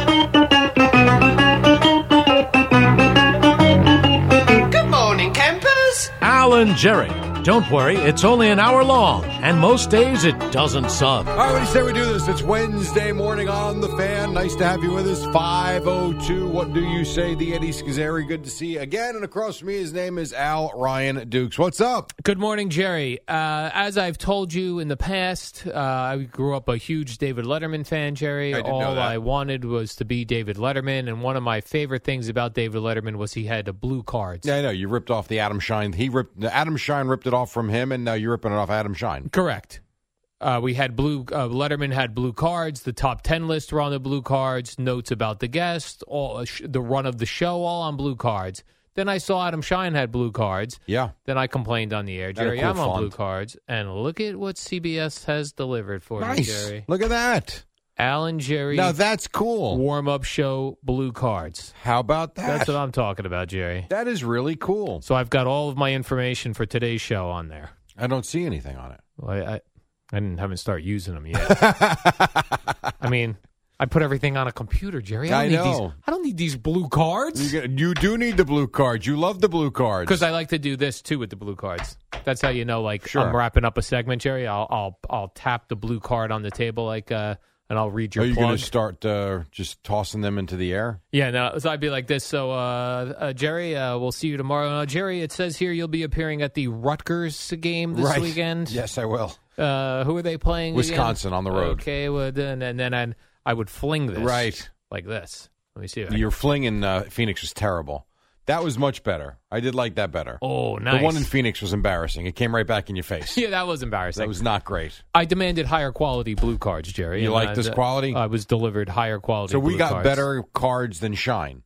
Speaker 6: Good morning, campers.
Speaker 7: Alan Jerry. Don't worry, it's only an hour long, and most days it doesn't suck.
Speaker 3: All right, what do you say we do this? It's Wednesday morning on the fan. Nice to have you with us. 502. What do you say? The Eddie Scazzeri. Good to see you again. And across from me, his name is Al Ryan Dukes. What's up?
Speaker 2: Good morning, Jerry. Uh, as I've told you in the past, uh, I grew up a huge David Letterman fan, Jerry.
Speaker 3: I did know
Speaker 2: All
Speaker 3: that.
Speaker 2: I wanted was to be David Letterman, and one of my favorite things about David Letterman was he had a blue cards.
Speaker 3: Yeah, I know. You ripped off the Adam Shine. He ripped Adam Shine ripped it off from him, and now you're ripping it off Adam Shine.
Speaker 2: Correct. Uh, we had blue. Uh, Letterman had blue cards. The top ten list were on the blue cards. Notes about the guest, all uh, sh- the run of the show, all on blue cards. Then I saw Adam Shine had blue cards.
Speaker 3: Yeah.
Speaker 2: Then I complained on the air,
Speaker 3: Had a
Speaker 2: Jerry.
Speaker 3: cool
Speaker 2: I'm on blue
Speaker 3: font.
Speaker 2: cards, and look at what CBS has delivered for you, Jerry.
Speaker 3: Look at that.
Speaker 2: Alan Jerry
Speaker 3: Now that's cool.
Speaker 2: warm up show blue cards.
Speaker 3: How about that?
Speaker 2: That's what I'm talking about, Jerry.
Speaker 3: That is really cool.
Speaker 2: So I've got all of my information for today's show on there.
Speaker 3: I don't see anything on it.
Speaker 2: Well, I, I, I didn't haven't started using them yet. I mean, I put everything on a computer, Jerry. I
Speaker 3: I
Speaker 2: don't need
Speaker 3: know.
Speaker 2: these. I don't need these blue cards
Speaker 3: You, get- you do need the blue cards. You love the blue cards.
Speaker 2: because I like to do this too with the blue cards. That's how you know, like
Speaker 3: Sure.
Speaker 2: I'm wrapping up a segment, Jerry. I'll I'll I'll tap the blue card on the table, like uh, and I'll read your
Speaker 3: Are you
Speaker 2: plug.
Speaker 3: going to start uh, just tossing them into the air?
Speaker 2: Yeah, no. So I'd be like this. So, uh, uh, Jerry, uh, we'll see you tomorrow. Uh, Jerry, it says here you'll be appearing at the Rutgers game this weekend.
Speaker 3: Yes, I will.
Speaker 2: Uh, who are they playing? again?
Speaker 3: Wisconsin on the road.
Speaker 2: Okay, well, then, and then I'd, I would fling this
Speaker 3: Right.
Speaker 2: like this. Let me see. if I-
Speaker 3: Your fling in uh, Phoenix was terrible. That was much better. I did like that better.
Speaker 2: oh, nice.
Speaker 3: The one in Phoenix was embarrassing. It came right back in your face.
Speaker 2: yeah, that was embarrassing.
Speaker 3: That was not great.
Speaker 2: I demanded higher quality blue cards, Jerry.
Speaker 3: You
Speaker 2: and
Speaker 3: like
Speaker 2: I-
Speaker 3: this quality?
Speaker 2: I was delivered higher quality.
Speaker 3: So we
Speaker 2: blue
Speaker 3: got
Speaker 2: cards.
Speaker 3: better cards than Shine.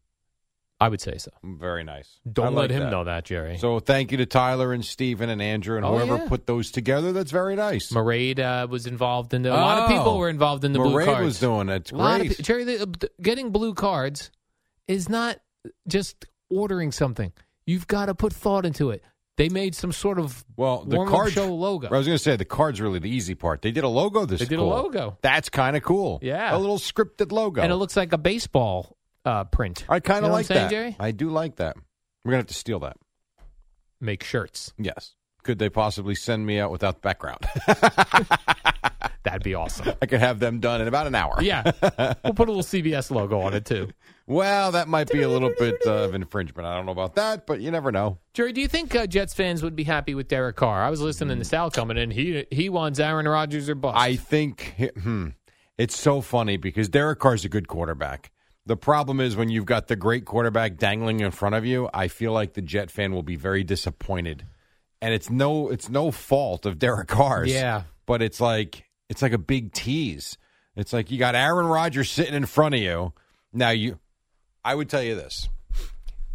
Speaker 2: I would say so.
Speaker 3: Very nice. I
Speaker 2: Don't let
Speaker 3: like
Speaker 2: him know that, Jerry.
Speaker 3: So thank you to Tyler and Steven and Andrew and
Speaker 2: Oh,
Speaker 3: whoever
Speaker 2: yeah.
Speaker 3: put those together. That's very nice.
Speaker 2: Maraid uh, was involved in the. a lot of people
Speaker 3: Oh.
Speaker 2: were involved in the blue
Speaker 3: Maraid
Speaker 2: cards.
Speaker 3: was doing it. It's
Speaker 2: A lot of
Speaker 3: great.
Speaker 2: pe- Jerry, the, uh, the- getting blue cards is not just ordering something. You've got to put thought into it. They made some sort of
Speaker 3: well, the
Speaker 2: warm-up
Speaker 3: card
Speaker 2: show logo.
Speaker 3: I was going to say the card's really the easy part. They did a logo this.
Speaker 2: They did a
Speaker 3: cool.
Speaker 2: logo.
Speaker 3: That's kind of cool.
Speaker 2: Yeah.
Speaker 3: a little scripted logo.
Speaker 2: and it looks like a baseball uh, print.
Speaker 3: I kind
Speaker 2: You know what
Speaker 3: of
Speaker 2: I'm
Speaker 3: like
Speaker 2: saying,
Speaker 3: that.
Speaker 2: Jerry.
Speaker 3: I do like that. We're gonna have to steal that.
Speaker 2: Make shirts.
Speaker 3: Yes. Could they possibly send me out without the background?
Speaker 2: That'd be awesome.
Speaker 3: I could have them done in about an hour.
Speaker 2: yeah, we'll put a little CBS logo on it too.
Speaker 3: Well, that might be a little bit uh, of infringement. I don't know about that, but you never know.
Speaker 2: Jerry, do you think uh, Jets fans would be happy with Derek Carr? I was listening to Sal coming in. He he wants Aaron Rodgers or bust.
Speaker 3: Mm. I think hmm, it's so funny because Derek Carr's a good quarterback. The problem is when you've got the great quarterback dangling in front of you, I feel like the Jet fan will be very disappointed. And it's no it's no fault of Derek Carr's.
Speaker 2: Yeah.
Speaker 3: But it's like it's like a big tease. It's like you got Aaron Rodgers sitting in front of you. Now you I would tell you this.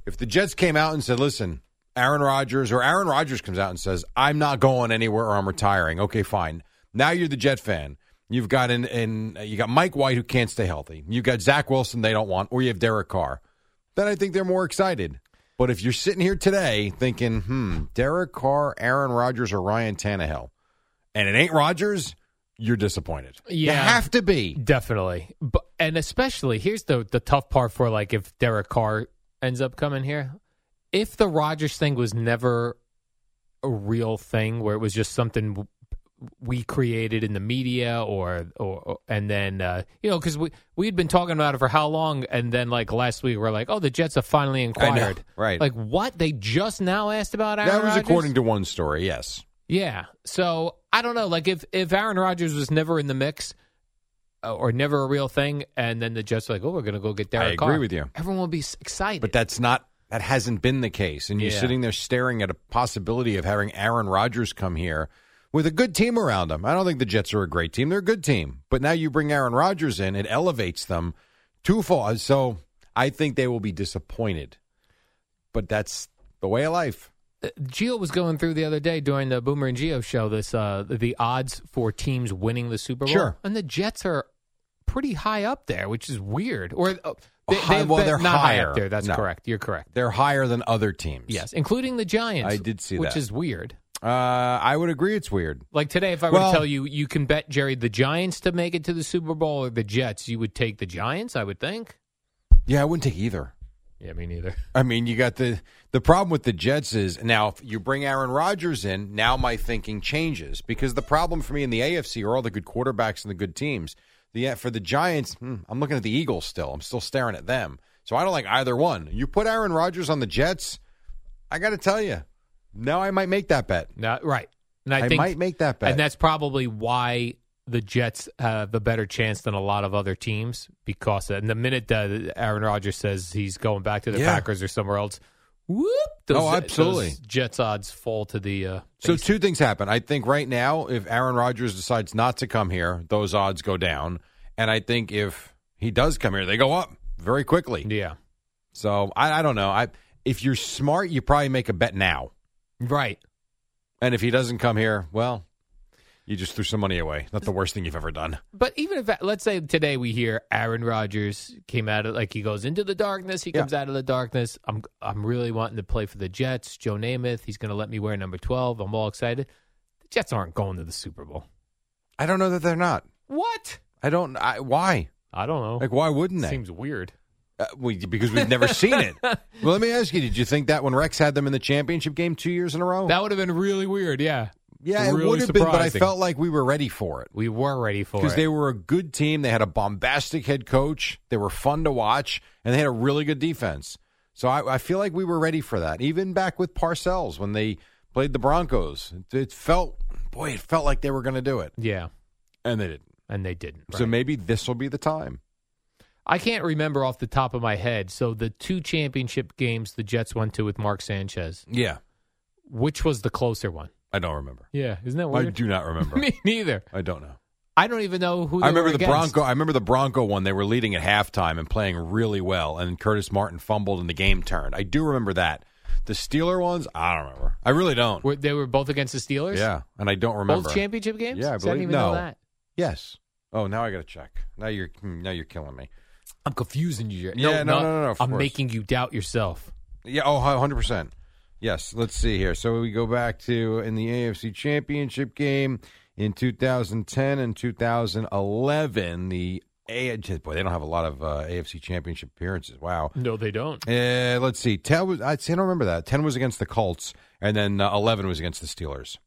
Speaker 3: If the Jets came out and said, "Listen, Aaron Rodgers," or Aaron Rodgers comes out and says, "I'm not going anywhere or I'm retiring," okay, fine. Now you're the Jet fan. You've got an, an you got Mike White who can't stay healthy. You've got Zach Wilson they don't want, or you have Derek Carr. Then I think they're more excited. But if you're sitting here today thinking, "Hmm, Derek Carr, Aaron Rodgers, or Ryan Tannehill," and it ain't Rodgers, you're disappointed. You
Speaker 2: Yeah.
Speaker 3: have to be.
Speaker 2: Definitely, but, and especially here's the the tough part for like if Derek Carr ends up coming here. If the Rodgers thing was never a real thing, where it was just something w- we created in the media or or and then uh, you know because we we had been talking about it for how long and then like last week we're like oh the Jets have finally inquired
Speaker 3: right.
Speaker 2: like what they just now asked about Aaron
Speaker 3: that was
Speaker 2: Rodgers?
Speaker 3: according to one story. Yes.
Speaker 2: yeah so I don't know like if if Aaron Rodgers was never in the mix uh, or never a real thing and then the Jets are like oh we're gonna go get Derek
Speaker 3: I agree
Speaker 2: Carr,
Speaker 3: with you.
Speaker 2: everyone will be s- excited
Speaker 3: But that's not that hasn't been the case, and you're
Speaker 2: Yeah.
Speaker 3: sitting there staring at a possibility of having Aaron Rodgers come here with a good team around him. I don't think the Jets are a great team; they're a good team, but now you bring Aaron Rodgers in, it elevates them too far. So I think they will be disappointed, but that's the way of life.
Speaker 2: Geo was going through the other day during the Boomer and Geo show this uh, the odds for teams winning the Super Bowl.
Speaker 3: Sure.
Speaker 2: and the Jets are pretty high up there, which is weird. Or uh,
Speaker 3: High-
Speaker 2: they've
Speaker 3: well,
Speaker 2: been-
Speaker 3: they're
Speaker 2: not high
Speaker 3: higher.
Speaker 2: up there. That's
Speaker 3: No.
Speaker 2: correct. You're correct.
Speaker 3: They're higher than other teams.
Speaker 2: Yes, including the Giants.
Speaker 3: I did see
Speaker 2: which
Speaker 3: that.
Speaker 2: is weird.
Speaker 3: uh, I would agree. It's weird.
Speaker 2: Like today, if I were
Speaker 3: Well-
Speaker 2: to tell you you can bet Jerry the Giants to make it to the Super Bowl or the Jets, you would take the Giants. I would think.
Speaker 3: Yeah, I wouldn't take either.
Speaker 2: Yeah, me neither.
Speaker 3: I mean, you got the the problem with the Jets is now if you bring Aaron Rodgers in, now my thinking changes because the problem for me in the AFC are all the good quarterbacks and the good teams. The uh, for the Giants, hmm, I'm looking at the Eagles still. I'm still staring at them, so I don't like either one. You put Aaron Rodgers on the Jets, I got to tell you, now I might make that bet.
Speaker 2: Not right. And
Speaker 3: I
Speaker 2: I, think,
Speaker 3: might make that bet.
Speaker 2: And that's probably why the Jets have a better chance than a lot of other teams because and the minute that Aaron Rodgers says he's going back to the
Speaker 3: Yeah.
Speaker 2: Packers or somewhere else, whoop! Those,
Speaker 3: Oh, absolutely.
Speaker 2: those Jets odds fall to the. Uh,
Speaker 3: So
Speaker 2: base.
Speaker 3: two things happen. I think right now, if Aaron Rodgers decides not to come here, those odds go down, and I think if he does come here, they go up very quickly.
Speaker 2: yeah,
Speaker 3: So I, I don't know. I if you're smart, you probably make a bet now.
Speaker 2: right.
Speaker 3: And if he doesn't come here, well, you just threw some money away. Not the worst thing you've ever done.
Speaker 2: But even if let's say today we hear Aaron Rodgers came out of like he goes into the darkness, he
Speaker 3: Yeah.
Speaker 2: comes out of the darkness. I'm I'm really wanting to play for the Jets. Joe Namath, he's going to let me wear number twelve. I'm all excited. The Jets aren't going to the Super Bowl.
Speaker 3: I don't know that they're not.
Speaker 2: What?
Speaker 3: I don't. I, why?
Speaker 2: I don't know.
Speaker 3: Like why wouldn't they?
Speaker 2: Seems weird.
Speaker 3: Uh, we, because we've never seen it. Well, let me ask you: Did you think that when Rex had them in the championship game two years in a row?
Speaker 2: That would have been really weird. Yeah,
Speaker 3: yeah, it
Speaker 2: really
Speaker 3: would have been. But I
Speaker 2: surprising.
Speaker 3: felt like we were ready for it.
Speaker 2: we were ready for
Speaker 3: because
Speaker 2: it.
Speaker 3: they were a good team. They had a bombastic head coach. They were fun to watch, and they had a really good defense. So I, I feel like we were ready for that. Even back with Parcells when they played the Broncos, it, it felt boy, it felt like they were going to do it,
Speaker 2: yeah,
Speaker 3: and they didn't.
Speaker 2: and they didn't.
Speaker 3: So
Speaker 2: right.
Speaker 3: maybe this will be the time.
Speaker 2: I can't remember off the top of my head. So the two championship games the Jets went to with Mark Sanchez,
Speaker 3: Yeah,
Speaker 2: which was the closer one?
Speaker 3: I don't remember.
Speaker 2: Yeah, isn't that
Speaker 3: I do not remember.
Speaker 2: Me neither.
Speaker 3: I don't know.
Speaker 2: I don't even know who. They
Speaker 3: I
Speaker 2: were
Speaker 3: remember the
Speaker 2: against.
Speaker 3: Bronco. I remember the Bronco one. They were leading at halftime and playing really well, and Curtis Martin fumbled and the game turned. I do remember that. The Steeler ones, I don't remember. I really don't.
Speaker 2: Were, they were both against the Steelers.
Speaker 3: Yeah, and I don't remember.
Speaker 2: both championship games.
Speaker 3: Yeah, I
Speaker 2: See, didn't
Speaker 3: believe-
Speaker 2: even
Speaker 3: no.
Speaker 2: know that.
Speaker 3: Yes. Oh, now I got to check. Now you're hmm, now you're killing me.
Speaker 2: I'm confusing you. Jer-
Speaker 3: Yeah, no, no, no, no, of
Speaker 2: I'm
Speaker 3: course.
Speaker 2: making you doubt yourself.
Speaker 3: Yeah. Oh, 100 percent. Yes. Let's see here. So we go back to in the AFC Championship game in 2010 and 2011. The A- boy, they don't have a lot of uh, AFC Championship appearances. Wow.
Speaker 2: No, they don't.
Speaker 3: Uh, let's see. Ten was I, see, I don't remember that. Ten was against the Colts, and then uh, eleven was against the Steelers.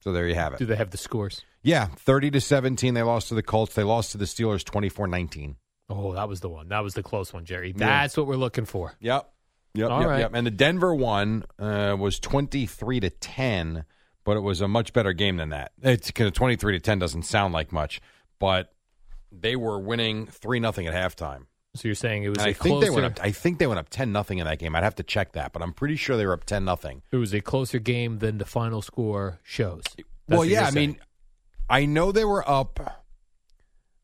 Speaker 3: So there you have
Speaker 2: Do
Speaker 3: it.
Speaker 2: they have the scores?
Speaker 3: Yeah, thirty to seventeen. They lost to the Colts. They lost to the Steelers 24-19.
Speaker 2: Oh, that was the one. That was the close one, Jerry.
Speaker 3: Yeah.
Speaker 2: That's what we're looking for.
Speaker 3: Yep. Yep.
Speaker 2: All
Speaker 3: yep,
Speaker 2: right.
Speaker 3: yep. And the Denver one uh, was 23 to 10, but it was a much better game than that. It's 'cause 23 to 10 doesn't sound like much, but they were winning 3 nothing at halftime.
Speaker 2: So you're saying it was
Speaker 3: And I
Speaker 2: a
Speaker 3: think
Speaker 2: closer.
Speaker 3: they went up I think they went up 10 nothing in that game. I'd have to check that, but I'm pretty sure they were up 10 nothing.
Speaker 2: it was a closer game than the final score shows. That's
Speaker 3: Well,
Speaker 2: what
Speaker 3: yeah,
Speaker 2: you're
Speaker 3: I mean,
Speaker 2: saying.
Speaker 3: I know they were up.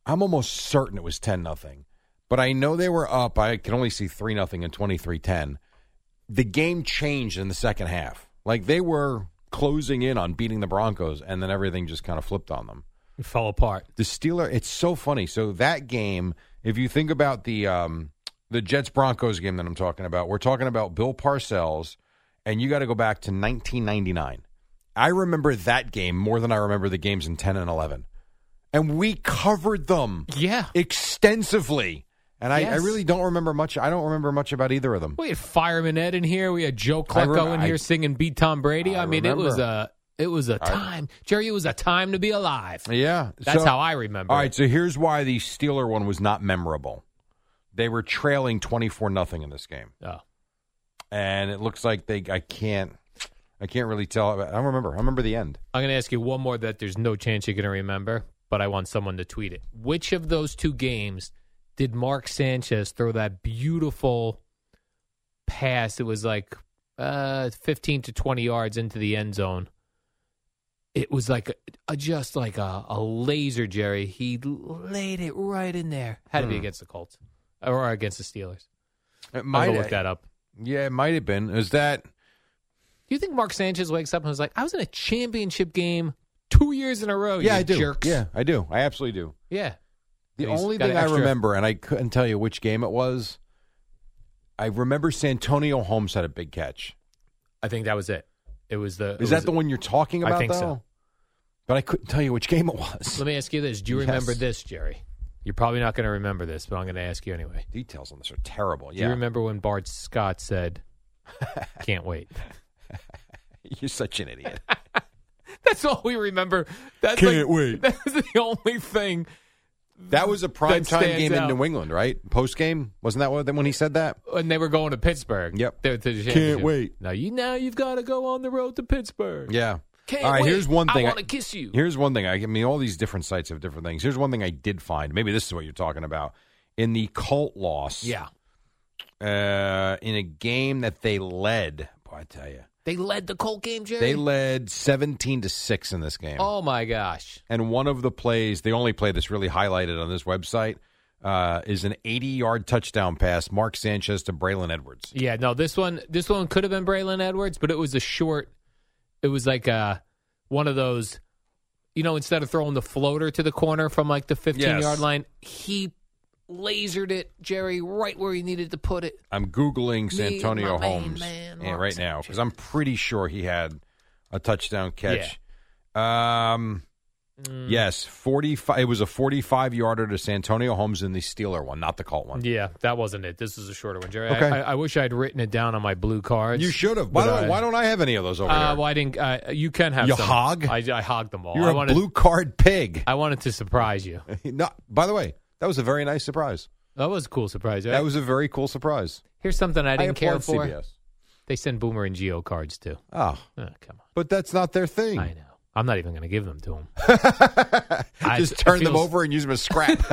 Speaker 3: I'm almost certain it was 10 nothing, but I know they were up. I can only see 3 nothing and 23-10. The game changed in the second half. Like they were closing in on beating the Broncos and then everything just kind of flipped on them.
Speaker 2: it fell apart.
Speaker 3: The Steeler, it's so funny. So that game, if you think about the um, the Jets Broncos game that I'm talking about, we're talking about Bill Parcells, and you got to go back to 1999. I remember that game more than I remember the games in 10 and 11, and we covered them
Speaker 2: Yeah.
Speaker 3: extensively. And I, I
Speaker 2: Yes.
Speaker 3: really don't remember much. I don't remember much about either of them.
Speaker 2: We had Fireman Ed in here. We had Joe
Speaker 3: I
Speaker 2: Klecko
Speaker 3: rem-
Speaker 2: in here
Speaker 3: I-
Speaker 2: singing "Beat Tom Brady."
Speaker 3: I
Speaker 2: I, mean, it was a It was a time, Jerry. It was a time to be alive.
Speaker 3: Yeah.
Speaker 2: That's
Speaker 3: so-
Speaker 2: how I remember.
Speaker 3: All
Speaker 2: it.
Speaker 3: right, so here's why the Steeler one was not memorable. They were trailing 24 nothing in this game.
Speaker 2: Oh.
Speaker 3: And it looks like they I can't I can't really tell. I don't remember. I remember the end.
Speaker 2: I'm going to ask you one more that there's no chance you're going to remember, but I want someone to tweet it. Which of those two games did Mark Sanchez throw that beautiful pass? It was like uh, 15 to 20 yards into the end zone. It was like a, a- just like a, a laser, Jerry. He laid it right in there. Had to be
Speaker 3: Hmm.
Speaker 2: against the Colts or against the Steelers.
Speaker 3: It
Speaker 2: I'm going to look that up.
Speaker 3: Yeah, it might have been. Is that
Speaker 2: Do you think Mark Sanchez wakes up and is like, I was in a championship game two years in a row?
Speaker 3: Yeah,
Speaker 2: Oh, you
Speaker 3: I do.
Speaker 2: Jerks.
Speaker 3: Yeah, I do. I absolutely do.
Speaker 2: Yeah.
Speaker 3: The
Speaker 2: He's
Speaker 3: only
Speaker 2: got
Speaker 3: thing
Speaker 2: an
Speaker 3: I
Speaker 2: extra-
Speaker 3: remember, and I couldn't tell you which game it was, I remember Santonio Holmes had a big catch.
Speaker 2: I think that was it. It was the. it
Speaker 3: Is
Speaker 2: was-
Speaker 3: that the one you're talking
Speaker 2: I
Speaker 3: about,
Speaker 2: think so.
Speaker 3: though? But I couldn't tell you which game it was.
Speaker 2: Let me ask you this: Do you
Speaker 3: Yes.
Speaker 2: remember this, Jerry? You're probably not going to remember this, but I'm going to ask you anyway.
Speaker 3: Details on this are terrible.
Speaker 2: Do you
Speaker 3: Yeah.
Speaker 2: remember when Bart Scott said, "Can't wait"?
Speaker 3: You're such an idiot.
Speaker 2: That's all we remember. That's
Speaker 3: Can't
Speaker 2: like,
Speaker 3: wait.
Speaker 2: That's the only thing.
Speaker 3: That was a prime time
Speaker 2: stands
Speaker 3: game
Speaker 2: out.
Speaker 3: in New England, right? Post game wasn't that what, when he said that?
Speaker 2: And they were going to Pittsburgh.
Speaker 3: Yep.
Speaker 2: They were to the championship.
Speaker 3: wait.
Speaker 2: Now you now you've got to go on the road to Pittsburgh.
Speaker 3: Yeah.
Speaker 2: Can't
Speaker 3: all right.
Speaker 2: wait.
Speaker 3: Here's one
Speaker 2: I
Speaker 3: thing.
Speaker 2: wanna kiss you.
Speaker 3: Here's one thing. I, I mean, all these different sites have different things. Here's one thing I did find. Maybe this is what you're talking about in the cult loss.
Speaker 2: Yeah.
Speaker 3: Uh, in a game that they led. Boy, I tell you,
Speaker 2: They led the Colt game, Jerry.
Speaker 3: they led 17 to six in this game.
Speaker 2: Oh my gosh.
Speaker 3: And one of the plays, the only play that's really highlighted on this website, uh, is an 80 yard touchdown pass, Mark Sanchez to Braylon Edwards.
Speaker 2: Yeah, no, this one this one could have been Braylon Edwards, but it was a short it was like uh one of those you know, instead of throwing the floater to the corner from like the fifteen
Speaker 3: Yes.
Speaker 2: yard line, he lasered it, Jerry, right where he needed to put it.
Speaker 3: I'm googling
Speaker 2: Me,
Speaker 3: Santonio
Speaker 2: my main
Speaker 3: Holmes
Speaker 2: man,
Speaker 3: yeah,
Speaker 2: Mark
Speaker 3: right now because
Speaker 2: Sanchez.
Speaker 3: I'm pretty sure he had a touchdown catch. Um,
Speaker 2: Mm.
Speaker 3: yes, 45. It was a 45 yarder to Santonio Holmes in the Steeler one, not the Colt one.
Speaker 2: Yeah, that wasn't it. This is a shorter one, Jerry.
Speaker 3: I- Okay.
Speaker 2: I,
Speaker 3: I-
Speaker 2: wish I'd written it down on my blue cards.
Speaker 3: You should have. Why
Speaker 2: But
Speaker 3: don't,
Speaker 2: I-
Speaker 3: why don't I have any of those over
Speaker 2: Uh,
Speaker 3: here?
Speaker 2: well, I didn't. Uh, you can have
Speaker 3: You
Speaker 2: some.
Speaker 3: hog?
Speaker 2: I, I hogged them all.
Speaker 3: You're
Speaker 2: I
Speaker 3: a
Speaker 2: wanted,
Speaker 3: blue card pig.
Speaker 2: I wanted to surprise you.
Speaker 3: No, by the way, that was a very nice surprise.
Speaker 2: That was a cool surprise. Right?
Speaker 3: That was a very cool surprise.
Speaker 2: Here's something I didn't care
Speaker 3: applaud
Speaker 2: for.
Speaker 3: CBS.
Speaker 2: They send Boomer and Geo cards too.
Speaker 3: Oh,
Speaker 2: Oh, come
Speaker 3: but that's not their thing.
Speaker 2: on. I know. I'm not even going to give them to him. I-
Speaker 3: Just
Speaker 2: it
Speaker 3: turn them
Speaker 2: feels-
Speaker 3: over and use them as scrap.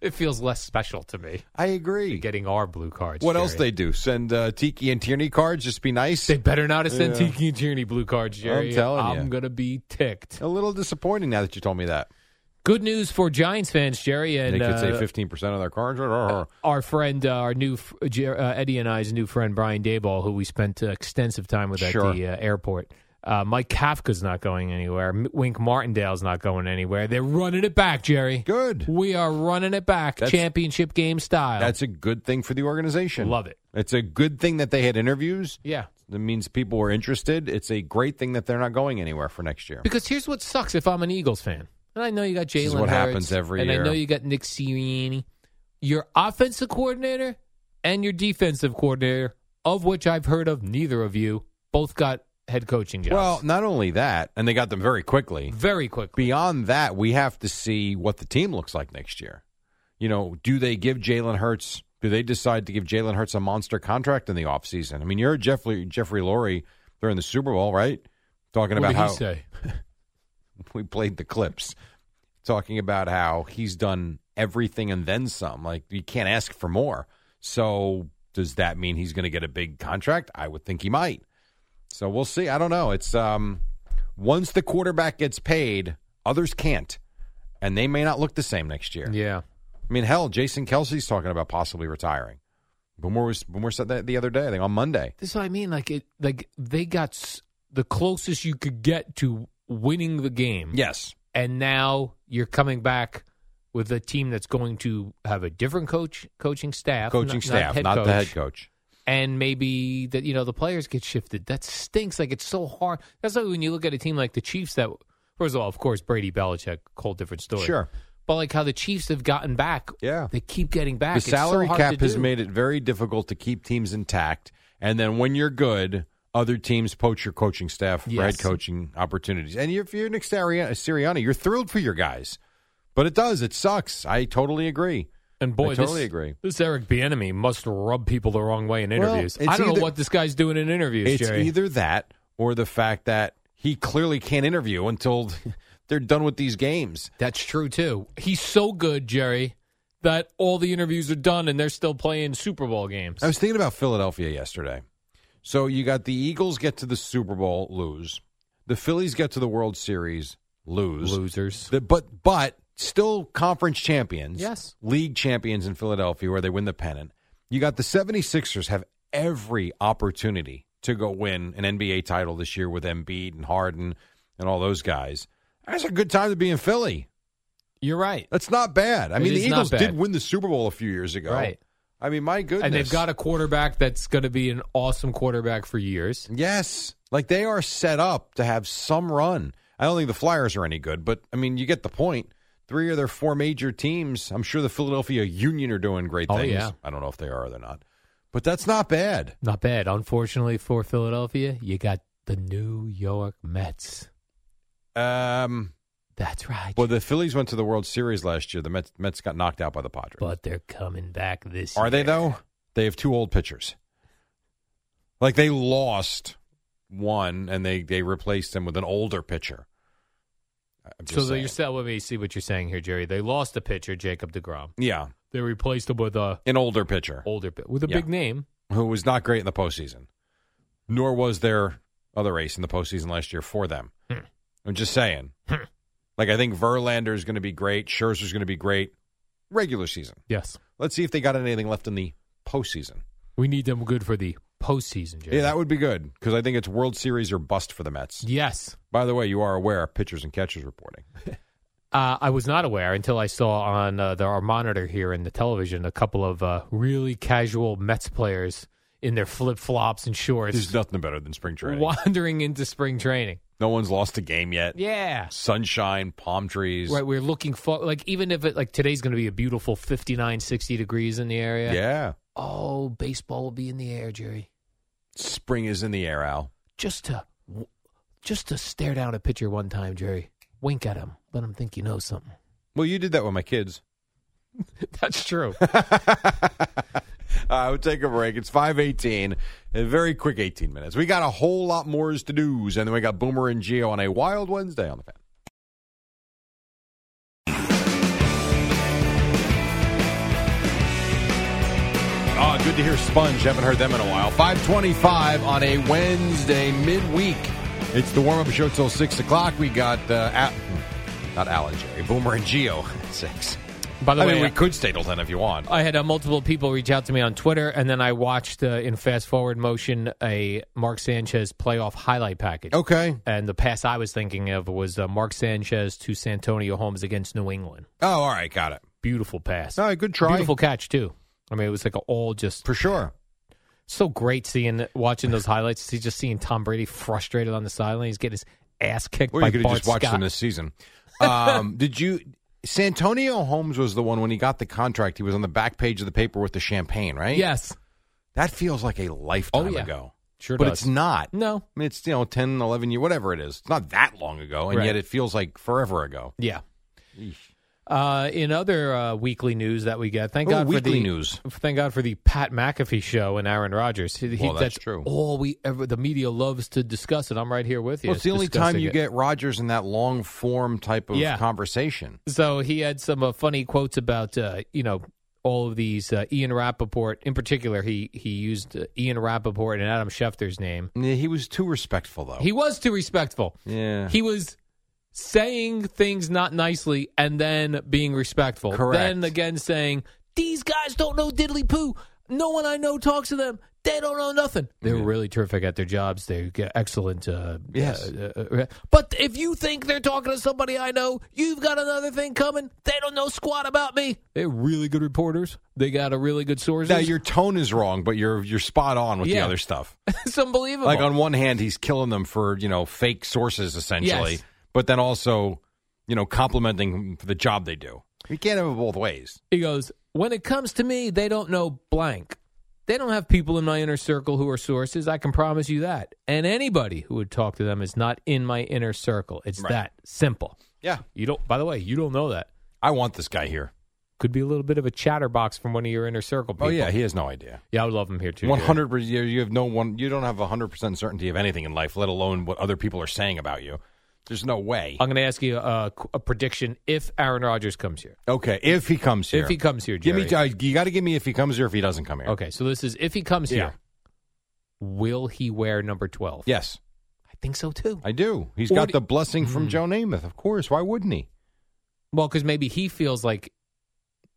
Speaker 2: It feels less special to me
Speaker 3: I agree.
Speaker 2: getting our blue cards.
Speaker 3: What else
Speaker 2: Jerry.
Speaker 3: they do? Send uh, Tiki and Tierney cards. Just be nice.
Speaker 2: They better not have sent Tiki and Tierney blue cards, Jerry.
Speaker 3: telling you.
Speaker 2: I'm going to be ticked.
Speaker 3: a little disappointing now that you told me that.
Speaker 2: Good news for Giants fans, Jerry, and
Speaker 3: they could say
Speaker 2: uh,
Speaker 3: fifteen percent of their cards.
Speaker 2: our friend, uh, our new f- Jer- uh, Eddie and I's new friend Brian Dayball, who we spent uh, extensive time with at
Speaker 3: Sure.
Speaker 2: the uh, airport. Uh, Mike Kafka's not going anywhere. M- Wink Martindale's not going anywhere. They're running it back, Jerry.
Speaker 3: Good.
Speaker 2: We are running it back,
Speaker 3: That's-
Speaker 2: championship game style.
Speaker 3: That's a good thing for the organization.
Speaker 2: love it.
Speaker 3: It's a good thing that they had interviews.
Speaker 2: Yeah,
Speaker 3: That means people were interested. It's a great thing that they're not going anywhere for next year.
Speaker 2: because here's what sucks if I'm an Eagles fan, and I know you got
Speaker 3: is
Speaker 2: Jalen.
Speaker 3: what
Speaker 2: Hurts,
Speaker 3: happens every
Speaker 2: and
Speaker 3: year.
Speaker 2: I know you got Nick Sirianni, your offensive coordinator and your defensive coordinator, of which I've heard of neither of you, both got head coaching jobs.
Speaker 3: Well, not only that, and they got them very quickly.
Speaker 2: very quickly.
Speaker 3: Beyond that, we have to see what the team looks like next year. You know, do they give Jalen Hurts? Do they decide to give Jalen Hurts a monster contract in the offseason? I mean, you're Jeffrey Jeffrey Lurie during the Super Bowl, right? Talking
Speaker 2: what
Speaker 3: about
Speaker 2: did
Speaker 3: how
Speaker 2: he say?
Speaker 3: we played the clips talking about how he's done everything and then some. Like you can't ask for more. So does that mean he's going to get a big contract? I would think he might. So we'll see. I don't know. It's um once the quarterback gets paid, others can't. And they may not look the same next year.
Speaker 2: Yeah,
Speaker 3: I mean, hell, Jason Kelsey's talking about possibly retiring. Boomer was Boomer said that the other day, I think on Monday.
Speaker 2: this is what I mean. Like it, like they got s- the closest you could get to winning the game.
Speaker 3: Yes.
Speaker 2: and now you're coming back with a team that's going to have a different coach, coaching staff,
Speaker 3: Coaching
Speaker 2: not-
Speaker 3: staff,
Speaker 2: head
Speaker 3: not
Speaker 2: coach,
Speaker 3: the head coach.
Speaker 2: and maybe that you know the players get shifted. That stinks. Like it's so hard. That's like when you look at a team like the Chiefs. That first of all, of course, Brady Belichick, whole different story.
Speaker 3: Sure.
Speaker 2: but like how the Chiefs have gotten back.
Speaker 3: Yeah.
Speaker 2: they keep getting back.
Speaker 3: The
Speaker 2: It's so
Speaker 3: salary
Speaker 2: hard to
Speaker 3: cap has
Speaker 2: do.
Speaker 3: made it very difficult to keep teams intact. And then when you're good, other teams poach your coaching staff for head
Speaker 2: Yes.
Speaker 3: coaching opportunities. And if you're Nick Sirianni, Sirianni, you're thrilled for your guys, but it does. It sucks. I totally agree.
Speaker 2: And boy,
Speaker 3: I totally
Speaker 2: this,
Speaker 3: agree.
Speaker 2: This Eric Bieniemy must rub people the wrong way in
Speaker 3: Well,
Speaker 2: interviews.
Speaker 3: it's
Speaker 2: I don't
Speaker 3: either-
Speaker 2: know what this guy's doing in interviews,
Speaker 3: It's
Speaker 2: Jerry.
Speaker 3: either that or the fact that he clearly can't interview until they're done with these games.
Speaker 2: That's true too. He's so good, Jerry, that all the interviews are done and they're still playing Super Bowl games.
Speaker 3: I was thinking about Philadelphia yesterday. So you got the Eagles get to the Super Bowl, lose. The Phillies get to the World Series, lose.
Speaker 2: Losers.
Speaker 3: The- but but still conference champions.
Speaker 2: Yes.
Speaker 3: League champions in Philadelphia where they win the pennant. You got the 76ers have every opportunity to go win an NBA title this year with Embiid and Harden and all those guys. That's a good time to be in Philly.
Speaker 2: You're right.
Speaker 3: That's not bad. I
Speaker 2: It
Speaker 3: mean, the
Speaker 2: is not
Speaker 3: Eagles did
Speaker 2: bad.
Speaker 3: win the Super Bowl a few years ago.
Speaker 2: Right.
Speaker 3: I mean, my goodness.
Speaker 2: And they've got a quarterback that's going to be an awesome quarterback for years.
Speaker 3: Yes. Like they are set up to have some run. I don't think the Flyers are any good, but I mean, you get the point. Three of their four major teams. I'm sure the Philadelphia Union are doing great
Speaker 2: Oh,
Speaker 3: things.
Speaker 2: yeah.
Speaker 3: I don't know if they are or they're not, but that's not bad.
Speaker 2: Not bad. Unfortunately for Philadelphia, you got the New York Mets.
Speaker 3: Um,
Speaker 2: That's right.
Speaker 3: well, the Phillies went to the World Series last year. The Mets, Mets got knocked out by the Padres.
Speaker 2: but they're coming back this
Speaker 3: Are they
Speaker 2: year.
Speaker 3: though? They have two old pitchers. Like they lost one and they they replaced him with an older pitcher. I'm just
Speaker 2: So
Speaker 3: saying.
Speaker 2: you're still let me see what you're saying here, Jerry. They lost the pitcher, Jacob DeGrom.
Speaker 3: yeah,
Speaker 2: They replaced him with a
Speaker 3: an older pitcher
Speaker 2: older pi- with a
Speaker 3: Yeah.
Speaker 2: big name.
Speaker 3: who was not great in the postseason, nor was their other ace in the postseason last year for them. I'm just saying. like I think Verlander is going to be great. Scherzer's going to be great. Regular season.
Speaker 2: Yes.
Speaker 3: Let's see if they got anything left in the postseason.
Speaker 2: We need them good for the postseason, Jerry.
Speaker 3: Yeah, that would be good because I think it's World Series or bust for the Mets.
Speaker 2: Yes.
Speaker 3: By the way, you are aware of pitchers and catchers reporting.
Speaker 2: Uh, I was not aware until I saw on uh, the, our monitor here in the television a couple of uh, really casual Mets players in their flip flops and shorts
Speaker 3: There's nothing better than spring training.
Speaker 2: wandering into spring training.
Speaker 3: No one's lost a game yet.
Speaker 2: Yeah.
Speaker 3: Sunshine, palm trees.
Speaker 2: Right. We're looking for, like, even if it, like, today's going to be a beautiful 59, 60 degrees in the area.
Speaker 3: Yeah.
Speaker 2: Oh, baseball will be in the air, Jerry.
Speaker 3: Spring is in the air, Al.
Speaker 2: Just to, just to stare down a pitcher one time, Jerry. Wink at him. Let him think you know something.
Speaker 3: Well, you did that with my kids.
Speaker 2: That's true.
Speaker 3: I would Uh, take a break. It's 518, a very quick 18 minutes. We got a whole lot more to do's, and then we got Boomer and Geo on a wild Wednesday on the fan. Ah, good to hear Sponge. Haven't heard them in a while. 525 on a Wednesday midweek. It's the warm-up show till 6 o'clock. We got, uh, Al- hmm, not Alan, Jerry, Boomer and Geo at 6.
Speaker 2: By the
Speaker 3: I
Speaker 2: way, uh,
Speaker 3: mean, we could stay till 10 if you want.
Speaker 2: I had uh, multiple people reach out to me on Twitter, and then I watched uh, in fast forward motion a Mark Sanchez playoff highlight package.
Speaker 3: Okay.
Speaker 2: And the pass I was thinking of was uh, Mark Sanchez to Santonio Holmes against New England.
Speaker 3: Oh, all right. Got it.
Speaker 2: Beautiful pass.
Speaker 3: All right, good try.
Speaker 2: Beautiful catch too. I mean, it was like a, all just
Speaker 3: For sure.
Speaker 2: so great seeing watching those highlights. See, just seeing Tom Brady frustrated on the sideline. He's getting his ass kicked
Speaker 3: Or
Speaker 2: by
Speaker 3: you could have
Speaker 2: Bart
Speaker 3: just watched
Speaker 2: Scott.
Speaker 3: him this season. Um, did you? Santonio Holmes was the one when he got the contract. He was on the back page of the paper with the champagne, right?
Speaker 2: Yes,
Speaker 3: That feels like a lifetime
Speaker 2: Oh, yeah.
Speaker 3: ago.
Speaker 2: sure
Speaker 3: but
Speaker 2: does.
Speaker 3: it's not.
Speaker 2: no.
Speaker 3: I mean, it's, you know, 10, 11 years, whatever it is. It's not that long ago, and
Speaker 2: Right.
Speaker 3: yet it feels like forever ago.
Speaker 2: Yeah. Uh, in other uh, weekly news that we get, thank
Speaker 3: Ooh,
Speaker 2: God for
Speaker 3: weekly
Speaker 2: the
Speaker 3: news.
Speaker 2: Thank God for the Pat McAfee show and Aaron Rodgers. He- he-
Speaker 3: Well, that's true.
Speaker 2: All we ever the media loves to discuss it. I'm right here with you.
Speaker 3: well, it's the only time
Speaker 2: discussing
Speaker 3: you
Speaker 2: it.
Speaker 3: get Rogers in that long form type of
Speaker 2: Yeah.
Speaker 3: conversation.
Speaker 2: So he had some uh, funny quotes about uh, you know all of these uh, Ian Rappaport in particular. He he used uh, Ian Rappaport and Adam Schefter's name.
Speaker 3: Yeah, He was too respectful, though.
Speaker 2: He was too respectful.
Speaker 3: yeah.
Speaker 2: He was saying things not nicely and then being respectful.
Speaker 3: Correct.
Speaker 2: Then again saying, These guys don't know diddly poo. No one I know talks to them. They don't know nothing. They're
Speaker 3: Mm-hmm.
Speaker 2: really terrific at their jobs. They get excellent. Uh,
Speaker 3: Yes.
Speaker 2: uh, uh, uh, but if you think they're talking to somebody I know, you've got another thing coming. They don't know squat about me. They're really good reporters. They got a really good source.
Speaker 3: now, your tone is wrong, but you're, you're spot on with the
Speaker 2: Yeah.
Speaker 3: other stuff.
Speaker 2: it's unbelievable.
Speaker 3: like on one hand he's killing them for you know fake sources essentially
Speaker 2: Yes.
Speaker 3: but then also you know complimenting them for the job they do you can't have it both ways
Speaker 2: He goes, When it comes to me, they don't know blank. They don't have people in my inner circle who are sources. I can promise you that. And anybody who would talk to them is not in my inner circle. It's
Speaker 3: Right.
Speaker 2: that simple.
Speaker 3: Yeah.
Speaker 2: You don't. By the way, you don't know that.
Speaker 3: I want this guy here.
Speaker 2: Could be a little bit of a chatterbox from one of your inner circle people.
Speaker 3: Oh yeah, he has no idea.
Speaker 2: yeah. I would love him here too.
Speaker 3: One
Speaker 2: Jerry.
Speaker 3: hundred percent. You have no one. You don't have hundred percent certainty of anything in life, let alone what other people are saying about you. There's no way.
Speaker 2: I'm going to ask you a, a prediction if Aaron Rodgers comes here.
Speaker 3: Okay, if he comes here,
Speaker 2: If he comes here,
Speaker 3: give
Speaker 2: Jerry.
Speaker 3: me. Uh, you got to give me if he comes here. If he doesn't come here,
Speaker 2: Okay, so this is if he comes
Speaker 3: Yeah.
Speaker 2: here, will he wear number 12?
Speaker 3: Yes,
Speaker 2: I think so too.
Speaker 3: I do. He's
Speaker 2: Or
Speaker 3: got
Speaker 2: do- Hmm.
Speaker 3: the blessing from Joe Namath, of course. Why wouldn't he?
Speaker 2: Well, because maybe he feels like